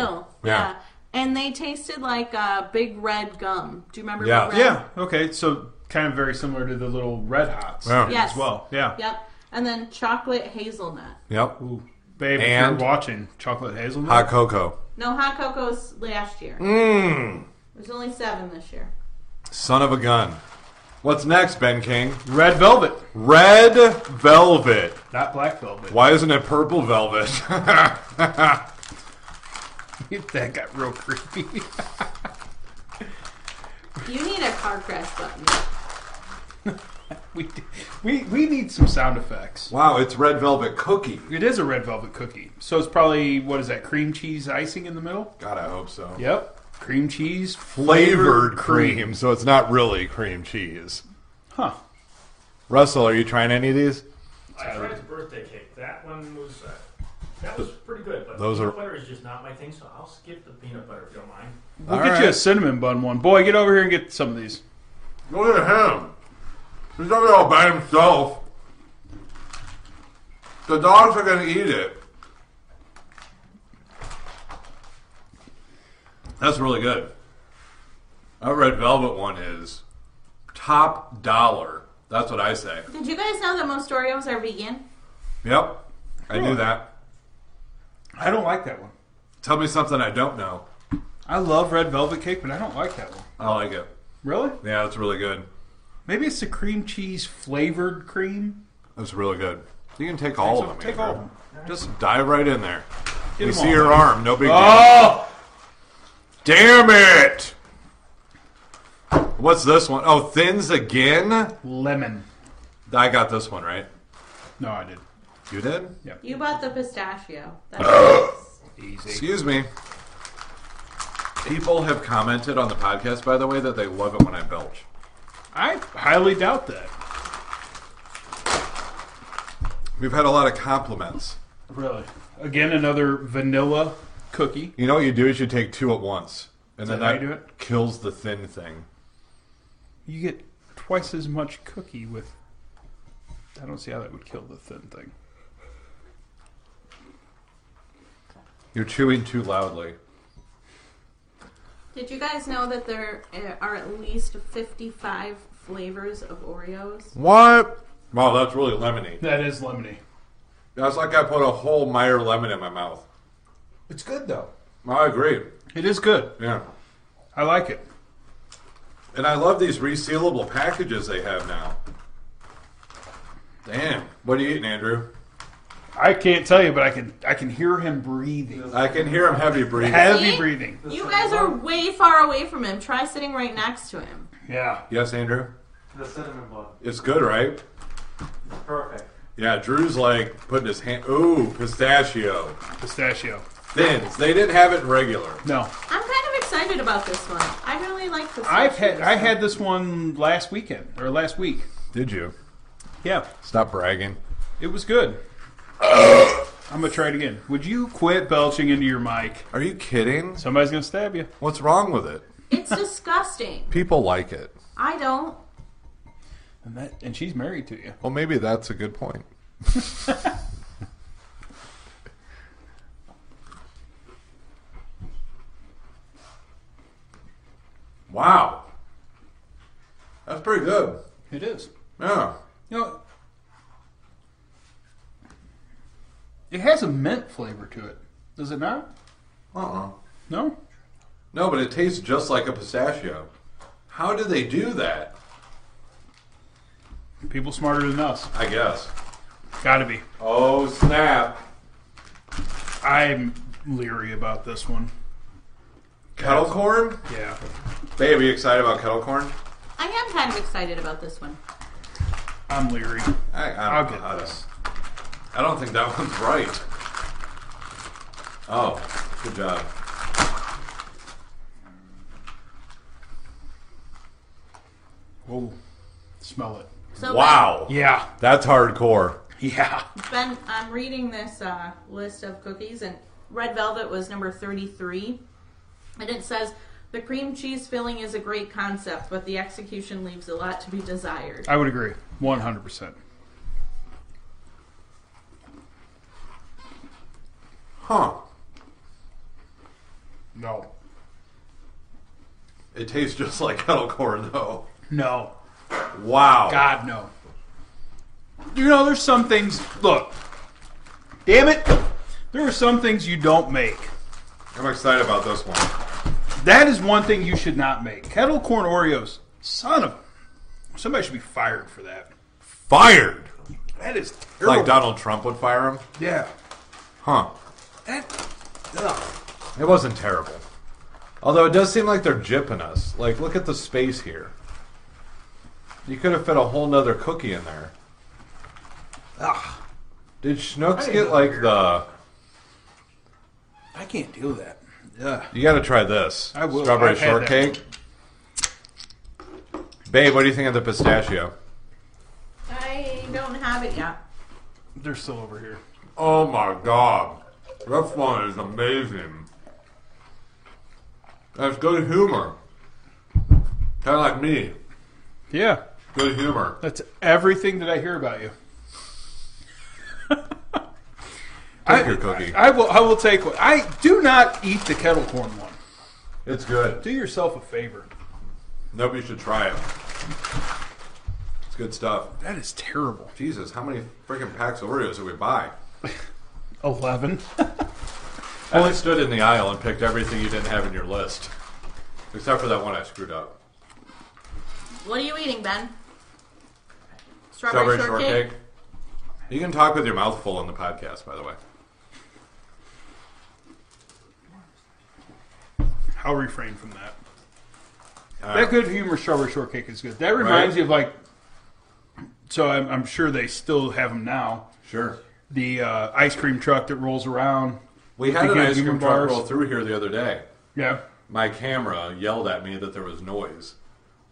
Speaker 1: Yeah.
Speaker 3: And they tasted like uh, big red gum. Do you remember?
Speaker 1: Yeah.
Speaker 3: Big Red?
Speaker 2: Yeah. Okay. So kind of very similar to the little red hots
Speaker 1: Yeah.
Speaker 3: Yes.
Speaker 2: as well. Yeah.
Speaker 3: Yep. And then chocolate hazelnut.
Speaker 1: Yep.
Speaker 2: Ooh, babe,
Speaker 1: And-
Speaker 2: if you're watching, chocolate hazelnut.
Speaker 1: Hot cocoa.
Speaker 3: No hot cocos last year.
Speaker 1: Mmm.
Speaker 3: There's only seven this year.
Speaker 1: Son of a gun. What's next, Ben King?
Speaker 2: Red velvet,
Speaker 1: Red velvet.
Speaker 2: not black velvet.
Speaker 1: Why isn't it purple velvet?
Speaker 2: that got real creepy.
Speaker 3: You need a car crash button.
Speaker 2: we, d- we we need some sound effects.
Speaker 1: wow, it's red velvet cookie.
Speaker 2: It is a red velvet cookie, so it's probably what is that cream cheese icing in the middle?
Speaker 1: God, I hope so.
Speaker 2: Yep, cream cheese
Speaker 1: flavored cream, so it's not really cream cheese.
Speaker 2: Huh?
Speaker 1: Russell, are you trying any of these?
Speaker 4: I tried the birthday cake. That one was uh, that was pretty good, but
Speaker 1: Those
Speaker 4: peanut
Speaker 1: are-
Speaker 4: butter is just not my thing. So I'll skip the peanut butter if you don't mind.
Speaker 2: We'll
Speaker 1: All
Speaker 2: get
Speaker 1: right.
Speaker 2: you a cinnamon bun one. Boy, get over here and get some of these.
Speaker 1: Look at him. He's over there all by himself. The dogs are going to eat it. That's really good. That red velvet one is top dollar. That's what I say.
Speaker 3: Did you guys know that most Oreos are vegan?
Speaker 1: Yep, I knew
Speaker 2: Really?
Speaker 1: that.
Speaker 2: I don't like that one.
Speaker 1: Tell me something I don't know.
Speaker 2: I love red velvet cake, but I don't like that one.
Speaker 1: I like it.
Speaker 2: Really?
Speaker 1: Yeah, that's really good.
Speaker 2: Maybe it's the cream cheese flavored cream.
Speaker 1: That's really good. You can take all
Speaker 2: So
Speaker 1: of them.
Speaker 2: take
Speaker 1: Andrew.
Speaker 2: all of them.
Speaker 1: Just dive right in there.
Speaker 2: Get
Speaker 1: we
Speaker 2: them
Speaker 1: see
Speaker 2: all.
Speaker 1: your arm. No big deal.
Speaker 2: Oh,
Speaker 1: Damn it! What's this one? Oh, thins again.
Speaker 2: lemon.
Speaker 1: I got this one right.
Speaker 2: No, I did.
Speaker 1: You did?
Speaker 3: You bought the pistachio. That's
Speaker 2: Easy.
Speaker 1: Excuse me. People have commented on the podcast, by the way, that they love it when I belch.
Speaker 2: I highly doubt that.
Speaker 1: We've had a lot of compliments.
Speaker 2: Really? Again, another vanilla cookie.
Speaker 1: You know what you do is you take two at once, and then
Speaker 2: that how
Speaker 1: that
Speaker 2: you do it?
Speaker 1: kills the thin thing.
Speaker 2: You get twice as much cookie with. I don't see how that would kill the thin thing.
Speaker 1: You're chewing too loudly.
Speaker 3: Did you guys know that there uh, are at least 55 flavors of Oreos?
Speaker 1: What? Wow, that's really lemony.
Speaker 2: That is lemony.
Speaker 1: That's like I put a whole Meyer lemon in my mouth.
Speaker 2: It's good though.
Speaker 1: I agree.
Speaker 2: It is good.
Speaker 1: Yeah.
Speaker 2: I like it.
Speaker 1: And I love these resealable packages they have now. Damn. What are you eating, Andrew?
Speaker 2: I can't tell you, but I can. I can hear him breathing.
Speaker 1: I can hear him heavy breathing.
Speaker 2: Heavy
Speaker 3: See?
Speaker 2: breathing.
Speaker 3: You guys are way far away from him. Try sitting right next to him.
Speaker 2: Yeah.
Speaker 1: Yes, Andrew?
Speaker 4: The cinnamon bun.
Speaker 1: It's good, right?
Speaker 4: Perfect.
Speaker 1: Yeah, Drew's like putting his hand. Ooh, pistachio.
Speaker 2: Pistachio.
Speaker 1: Thins. They didn't have it in regular.
Speaker 2: No,
Speaker 3: I'm kind of excited about this one. I really like this
Speaker 2: I've had. I had this one last weekend or last week.
Speaker 1: Did you?
Speaker 2: Yeah,
Speaker 1: Stop bragging.
Speaker 2: it was good. I'm gonna try it again. Would you quit belching into your mic?
Speaker 1: Are you kidding?
Speaker 2: Somebody's gonna stab you.
Speaker 1: What's wrong with it?
Speaker 3: It's disgusting.
Speaker 1: People like it.
Speaker 3: I don't.
Speaker 2: And that. And she's married to you.
Speaker 1: Well, maybe that's a good point. wow. That's pretty good.
Speaker 2: It is.
Speaker 1: Yeah.
Speaker 2: You know, it has a mint flavor to it. Does it not?
Speaker 1: Uh-uh.
Speaker 2: No.
Speaker 1: No, but it tastes just like a pistachio. How do they do that?
Speaker 2: People smarter than us.
Speaker 1: I guess.
Speaker 2: Gotta be.
Speaker 1: Oh, snap.
Speaker 2: I'm leery about this one.
Speaker 1: Kettle corn?
Speaker 2: Yeah.
Speaker 1: Babe, are you excited about kettle corn?
Speaker 3: I am kind of excited about this one.
Speaker 2: I'm leery.
Speaker 1: I, I don't
Speaker 2: I'll
Speaker 1: know
Speaker 2: get
Speaker 1: how to-
Speaker 2: this.
Speaker 1: I don't think that one's right. Oh, good job.
Speaker 2: Whoa. Smell it.
Speaker 3: So
Speaker 1: Wow.
Speaker 2: Yeah.
Speaker 1: That's hardcore.
Speaker 2: Yeah.
Speaker 3: Ben, I'm reading this uh, list of cookies, and red velvet was number 33. And it says, the cream cheese filling is a great concept, but the execution leaves a lot to be desired.
Speaker 2: I would agree. 100%.
Speaker 1: Huh.
Speaker 2: No.
Speaker 1: It tastes just like kettle corn, though.
Speaker 2: No.
Speaker 1: Wow.
Speaker 2: God, no. You know, there's some things. Look. Damn it. There are some things you don't make.
Speaker 1: I'm excited about this one.
Speaker 2: That is one thing you should not make. Kettle corn Oreos. Son of. Somebody should be fired for that.
Speaker 1: Fired!
Speaker 2: That is terrible.
Speaker 1: Like Donald Trump would fire him?
Speaker 2: Yeah.
Speaker 1: Huh.
Speaker 2: That. Ugh.
Speaker 1: It wasn't terrible. Although it does seem like they're jipping us. Like, look at the space here. You could have fit a whole nother cookie in there.
Speaker 2: Ugh.
Speaker 1: Did Schnooks
Speaker 2: Hey,
Speaker 1: get like the.
Speaker 2: I can't do that. Ugh.
Speaker 1: You gotta try this.
Speaker 2: I will.
Speaker 1: Strawberry
Speaker 2: I've had that.
Speaker 1: shortcake. Babe, what do you think of the pistachio?
Speaker 3: I don't have it yet.
Speaker 2: They're still over here.
Speaker 1: Oh my god. That one is amazing. That's good humor. Kind of like me.
Speaker 2: Yeah.
Speaker 1: Good humor.
Speaker 2: That's everything that I hear about you.
Speaker 1: Take
Speaker 2: I-
Speaker 1: your cookie.
Speaker 2: I will. I will take one. I do not eat the kettle corn one.
Speaker 1: it's good.
Speaker 2: Do yourself a favor.
Speaker 1: Nobody should try it. It's good stuff.
Speaker 2: That is terrible.
Speaker 1: Jesus, how many freaking packs of Oreos did we buy?
Speaker 2: Eleven.
Speaker 1: I only stood in the aisle and picked everything you didn't have in your list, except for that one I screwed up.
Speaker 3: What are you eating, Ben?
Speaker 1: Strawberry shortcake. You can talk with your mouth full on the podcast, by the way.
Speaker 2: I'll refrain from that.
Speaker 1: Uh,
Speaker 2: that good humor strawberry shortcake is good. That reminds
Speaker 1: Right.
Speaker 2: you of like. So I'm, I'm sure they still have them now.
Speaker 1: Sure.
Speaker 2: The uh, ice cream truck that rolls around.
Speaker 1: We had
Speaker 2: The
Speaker 1: an
Speaker 2: good
Speaker 1: ice
Speaker 2: humor
Speaker 1: cream truck
Speaker 2: bars.
Speaker 1: roll through here the other day.
Speaker 2: Yeah.
Speaker 1: My camera yelled at me that there was noise,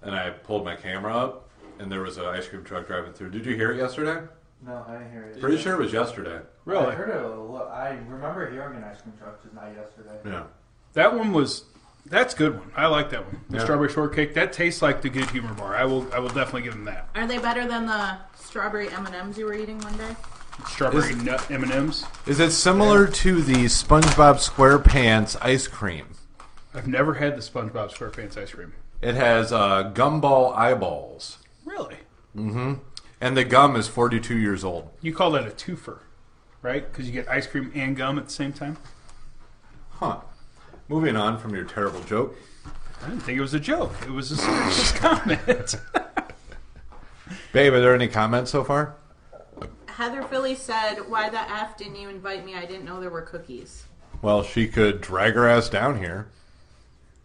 Speaker 1: and I pulled my camera up, and there was an ice cream truck driving through. Did you hear it yesterday?
Speaker 6: No, I didn't hear it.
Speaker 1: Pretty sure it was yesterday.
Speaker 6: I
Speaker 2: Really.
Speaker 6: heard it. A little, I remember hearing an ice cream truck, just not yesterday.
Speaker 1: Yeah.
Speaker 2: That one was. That's a good one. I like that one. The
Speaker 1: Yeah.
Speaker 2: strawberry shortcake. That tastes like the good humor bar. I will. I will definitely give them that.
Speaker 3: Are they better than the strawberry M and M's you were eating one day?
Speaker 2: Strawberry nut M and M's.
Speaker 1: Is it similar to the SpongeBob SquarePants ice cream?
Speaker 2: I've never had the SpongeBob SquarePants ice cream.
Speaker 1: It has uh, gumball eyeballs,
Speaker 2: Really?
Speaker 1: and the gum is 42 years old.
Speaker 2: You call that a twofer, right? Because you get ice cream and gum at the same time.
Speaker 1: Huh. Moving on from your terrible joke.
Speaker 2: I didn't think it was a joke. It was a serious comment.
Speaker 1: Babe, are there any comments so far?
Speaker 3: Heather Philly said, "Why the f didn't you invite me? I didn't know there were cookies."
Speaker 1: Well, she could drag her ass down here.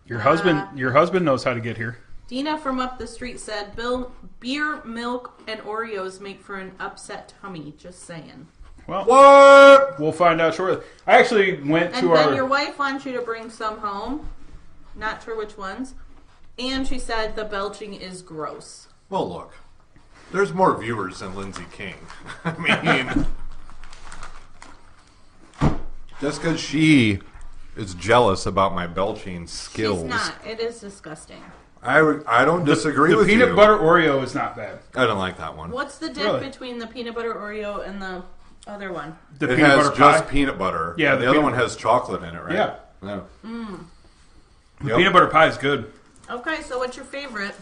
Speaker 2: Your
Speaker 3: Uh,
Speaker 2: husband, your husband knows how to get here.
Speaker 3: Dina from up the street said, "Bill, beer, milk, and Oreos make for an upset tummy." Just saying.
Speaker 2: Well,
Speaker 1: What?
Speaker 2: we'll find out shortly. I actually went
Speaker 3: And
Speaker 2: to
Speaker 3: then
Speaker 2: our.
Speaker 3: your wife wants you to bring some home. Not sure which ones. And she said the belching is gross.
Speaker 1: Well, look, there's more viewers than Lindsey King. I mean, just because she is jealous about my belching skills,
Speaker 3: She's not. It is disgusting.
Speaker 1: I, I don't disagree
Speaker 2: the
Speaker 1: with
Speaker 2: peanut
Speaker 1: you.
Speaker 2: butter Oreo is not bad.
Speaker 1: I don't like that one.
Speaker 3: What's the diff
Speaker 2: Really?
Speaker 3: between the peanut butter Oreo and the other one?
Speaker 2: The
Speaker 1: It
Speaker 2: peanut
Speaker 1: has
Speaker 2: butter
Speaker 1: just
Speaker 2: pie.
Speaker 1: peanut butter.
Speaker 2: Yeah,
Speaker 1: and
Speaker 2: the
Speaker 1: the, other
Speaker 2: peanut
Speaker 1: one has chocolate in it, right?
Speaker 2: Yeah.
Speaker 1: No.
Speaker 3: Mm.
Speaker 2: The
Speaker 1: Yep.
Speaker 2: peanut butter pie is good.
Speaker 3: Okay, so what's your favorite?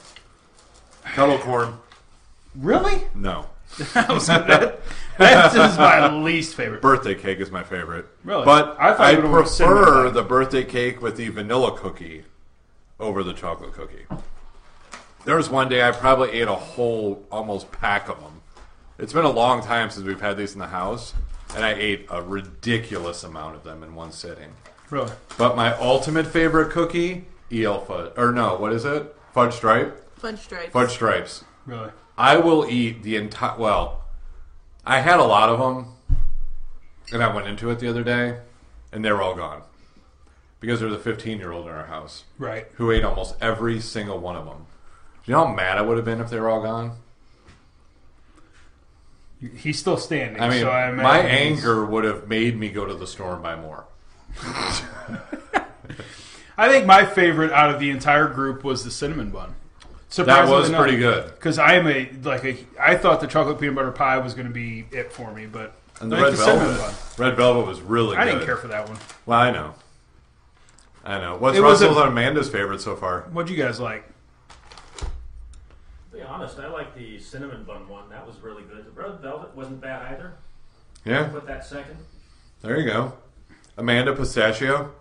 Speaker 1: Kettle corn.
Speaker 2: Really?
Speaker 1: No.
Speaker 2: That was that. That is my least favorite.
Speaker 1: Birthday cake is my favorite.
Speaker 2: Really?
Speaker 1: But
Speaker 2: I
Speaker 1: I,
Speaker 2: thought you would've went cinnamon
Speaker 1: prefer
Speaker 2: pie.
Speaker 1: the birthday cake with the vanilla cookie over the chocolate cookie. There was one day I probably ate a whole, almost pack of them. It's been a long time since we've had these in the house, and I ate a ridiculous amount of them in one sitting.
Speaker 2: Really?
Speaker 1: But my ultimate favorite cookie, EL fudge, or no, what is it? Fudge stripe?
Speaker 3: Fudge stripes.
Speaker 1: Fudge stripes.
Speaker 2: Really?
Speaker 1: I will eat the entire. Well, I had a lot of them, and I went into it the other day, and they were all gone because there was a 15 year old in our house
Speaker 2: Right.
Speaker 1: who ate almost every single one of them. Do you know how mad I would have been if they were all gone?
Speaker 2: He's still standing.
Speaker 1: I mean,
Speaker 2: so I
Speaker 1: my
Speaker 2: imagine he's-
Speaker 1: anger would have made me go to the store and buy more.
Speaker 2: I think my favorite out of the entire group was the cinnamon bun.
Speaker 1: That was pretty good.
Speaker 2: Because I am a like a I thought the chocolate peanut butter pie was going to be it for me, but
Speaker 1: And the
Speaker 2: I like
Speaker 1: red
Speaker 2: cinnamon
Speaker 1: velvet, red velvet was really
Speaker 2: I
Speaker 1: good.
Speaker 2: didn't care for that one.
Speaker 1: Well, I know, I know. What's
Speaker 2: It was
Speaker 1: Russell's
Speaker 2: a-
Speaker 1: and Amanda's favorite so far?
Speaker 2: What'd you guys like?
Speaker 4: To be honest, I like the cinnamon bun one. That was really good. The red velvet wasn't bad either.
Speaker 1: Yeah,
Speaker 4: Put that second.
Speaker 1: there you go. Amanda pistachio.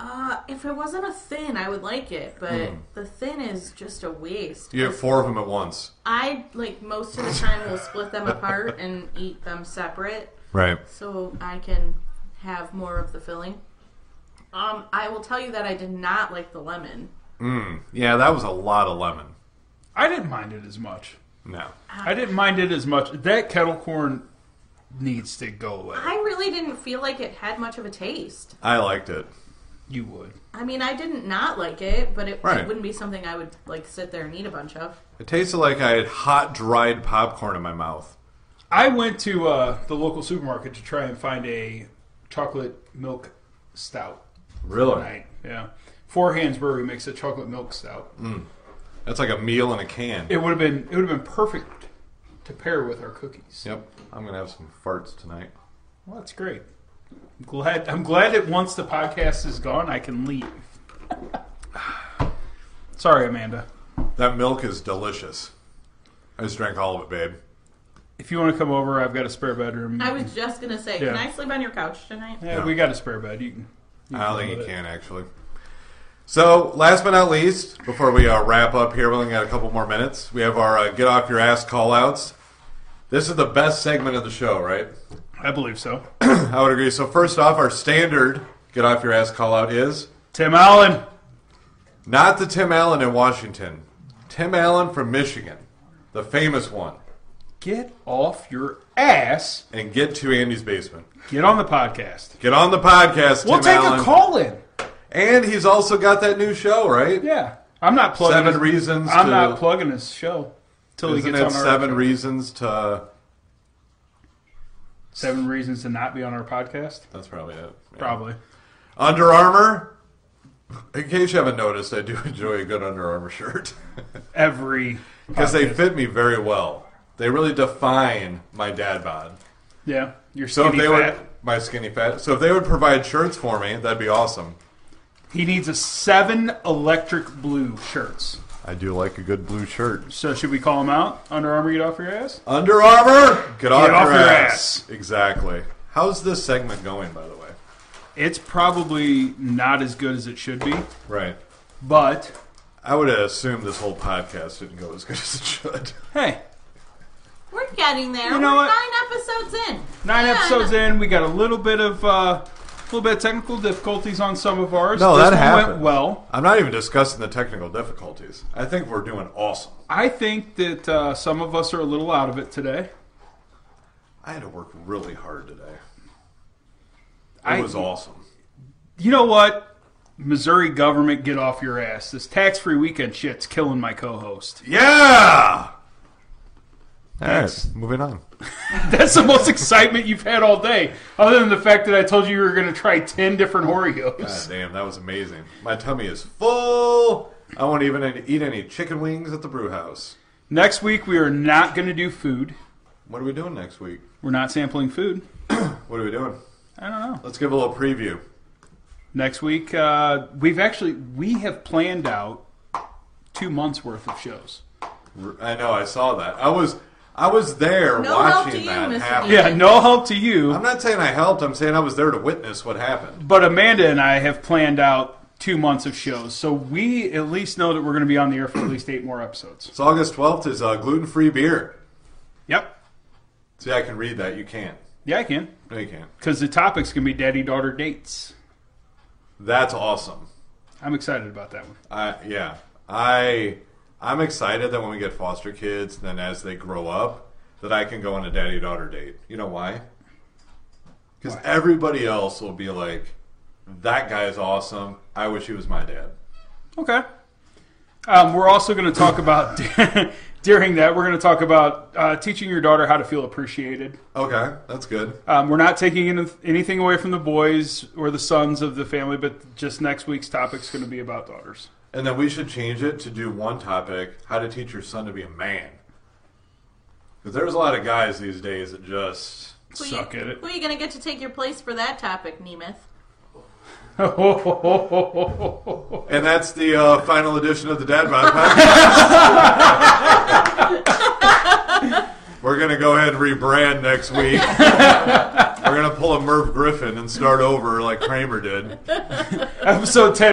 Speaker 3: Uh, if it wasn't a thin, I would like it, but
Speaker 2: Hmm.
Speaker 3: the thin is just a waste.
Speaker 1: You get four of them at once.
Speaker 3: I like most of the time will split them apart and eat them separate
Speaker 1: Right.
Speaker 3: so I can have more of the filling. Um, I will tell you that I did not like the lemon.
Speaker 1: Yeah, that was a lot of lemon.
Speaker 2: I didn't mind it as much.
Speaker 1: No.
Speaker 2: I didn't mind it as much. That kettle corn needs to go away.
Speaker 3: I really didn't feel like it had much of a taste.
Speaker 1: I liked it.
Speaker 2: You would.
Speaker 3: I mean, I didn't not like it, but it,
Speaker 1: Right.
Speaker 3: it wouldn't be something I would like sit there and eat a bunch of.
Speaker 1: It tasted like I had hot, dried popcorn in my mouth.
Speaker 2: I went to uh, the local supermarket to try and find a chocolate milk stout
Speaker 1: Really?
Speaker 2: night. Yeah, Four Hands Brewery makes a chocolate milk stout.
Speaker 1: Mm. That's like a meal in a can.
Speaker 2: It would have been it would have been perfect to pair with our cookies.
Speaker 1: Yep. I'm going to have some farts tonight.
Speaker 2: Well, that's great. I'm glad. I'm glad that once the podcast is gone, I can leave. Sorry, Amanda.
Speaker 1: That milk is delicious. I just drank all of it, babe.
Speaker 2: If you want to come over, I've got a spare bedroom.
Speaker 3: I was just gonna say, can
Speaker 2: Yeah.
Speaker 3: I sleep on your couch tonight?
Speaker 2: yeah, we got a spare bed. You can.
Speaker 1: I don't think
Speaker 2: come
Speaker 1: you
Speaker 2: with it.
Speaker 1: can actually. So, last but not least, before we uh, wrap up here, we only got a couple more minutes. We have our uh, get off your ass call outs. This is the best segment of the show, right?
Speaker 2: I believe so.
Speaker 1: I would agree. So, first off, our standard get off your ass call out is
Speaker 2: Tim Allen.
Speaker 1: not the Tim Allen in Washington, Tim Allen from Michigan, the famous one.
Speaker 2: get off your ass.
Speaker 1: And get to Andy's basement.
Speaker 2: Get on the podcast.
Speaker 1: Get on the podcast.
Speaker 2: We'll
Speaker 1: Tim
Speaker 2: take
Speaker 1: Allen.
Speaker 2: a call in.
Speaker 1: And he's also got that new show, right?
Speaker 2: Yeah, I'm not plugging.
Speaker 1: Seven
Speaker 2: his-
Speaker 1: reasons
Speaker 2: I'm
Speaker 1: to-
Speaker 2: not plugging his show till he
Speaker 1: Isn't
Speaker 2: gets
Speaker 1: it
Speaker 2: on our
Speaker 1: seven
Speaker 2: show.
Speaker 1: reasons to?
Speaker 2: seven reasons to not be on our podcast.
Speaker 1: That's probably it. Yeah.
Speaker 2: Probably.
Speaker 1: Under Armour. In case you haven't noticed, I do enjoy a good Under Armour shirt
Speaker 2: Every
Speaker 1: because they
Speaker 2: podcast.
Speaker 1: fit me very well. They really define my dad bod.
Speaker 2: yeah. You're
Speaker 1: So
Speaker 2: skinny
Speaker 1: if they
Speaker 2: fat.
Speaker 1: would my skinny fat. So if they would provide shirts for me, that'd be awesome.
Speaker 2: He needs a seven electric blue shirts.
Speaker 1: I do like a good blue shirt.
Speaker 2: So should we call him out? Under Armour, get off your ass.
Speaker 1: Under Armour, get, off,
Speaker 2: off
Speaker 1: your,
Speaker 2: your
Speaker 1: ass.
Speaker 2: ass.
Speaker 1: Exactly. How's this segment going, by the way?
Speaker 2: It's probably not as good as it should be,
Speaker 1: Right.
Speaker 2: but
Speaker 1: I would assume this whole podcast didn't go as good as it should.
Speaker 2: hey,
Speaker 3: We're getting there.
Speaker 2: You know what?
Speaker 3: We're nine episodes in.
Speaker 2: Nine
Speaker 3: Yeah.
Speaker 2: episodes in, we got a little bit of uh, a little bit of technical difficulties on some of ours.
Speaker 1: No,
Speaker 2: this
Speaker 1: that
Speaker 2: one Went
Speaker 1: happens.
Speaker 2: well,
Speaker 1: I'm not even discussing the technical difficulties. I think we're doing awesome.
Speaker 2: I think that uh, some of us are a little out of it today. It
Speaker 1: I had to work really hard today. It
Speaker 2: I,
Speaker 1: was awesome.
Speaker 2: You know what? Missouri government, get off your ass. This tax-free weekend shit's killing my co-host.
Speaker 1: Yeah. All
Speaker 2: Thanks.
Speaker 1: right, moving on.
Speaker 2: That's the most excitement you've had all day, other than the fact that I told you you were going to try ten different
Speaker 1: God
Speaker 2: Oreos.
Speaker 1: damn, that was amazing. My tummy is full. I won't even eat any chicken wings at the brew house.
Speaker 2: Next week we are not going to do food.
Speaker 1: What are we doing next week?
Speaker 2: We're not sampling food.
Speaker 1: What are we doing?
Speaker 2: I don't know.
Speaker 1: Let's give a little preview.
Speaker 2: next week uh, we've actually we have planned out two months worth of shows
Speaker 1: I know I saw that. I was I was there
Speaker 3: No help to
Speaker 1: watching
Speaker 3: you,
Speaker 1: that
Speaker 3: Mr.
Speaker 1: happen.
Speaker 3: Dean.
Speaker 2: yeah no help to
Speaker 1: I'm
Speaker 2: you
Speaker 1: not saying I helped. I'm saying I was there to witness what happened.
Speaker 2: but amanda and i have planned out two months of shows so we at least know that we're going to be on the air for at least eight more episodes
Speaker 1: So August 12th is uh, gluten-free beer.
Speaker 2: yep
Speaker 1: See, I can read that. You can't.
Speaker 2: yeah i can
Speaker 1: No, you can't.
Speaker 2: because the topics can be daddy daughter dates
Speaker 1: That's awesome.
Speaker 2: i'm excited about that one
Speaker 1: I yeah. I I'm excited that when we get foster kids, then as they grow up, that I can go on a daddy daughter date. You know why? Because
Speaker 2: Why?
Speaker 1: everybody else will be like, "That guy's awesome. I wish he was my dad."
Speaker 2: okay um, we're also going to talk about during that we're going to talk about uh, teaching your daughter how to feel appreciated
Speaker 1: Okay, that's good.
Speaker 2: Um, we're not taking any- anything away from the boys or the sons of the family, but just next week's topic's going to be about daughters.
Speaker 1: And then we should change it to do one topic: how to teach your son to be a man. Because there's a lot of guys these days that just
Speaker 3: Who you-
Speaker 2: Suck at it.
Speaker 3: Who are you gonna get to take your place for that topic, Nemeth?
Speaker 1: And that's the uh, final edition of the Dad Bod Podcast. We're going to go ahead and rebrand next week. We're going to pull a Merv Griffin and start over like Kramer did.
Speaker 2: Episode 10.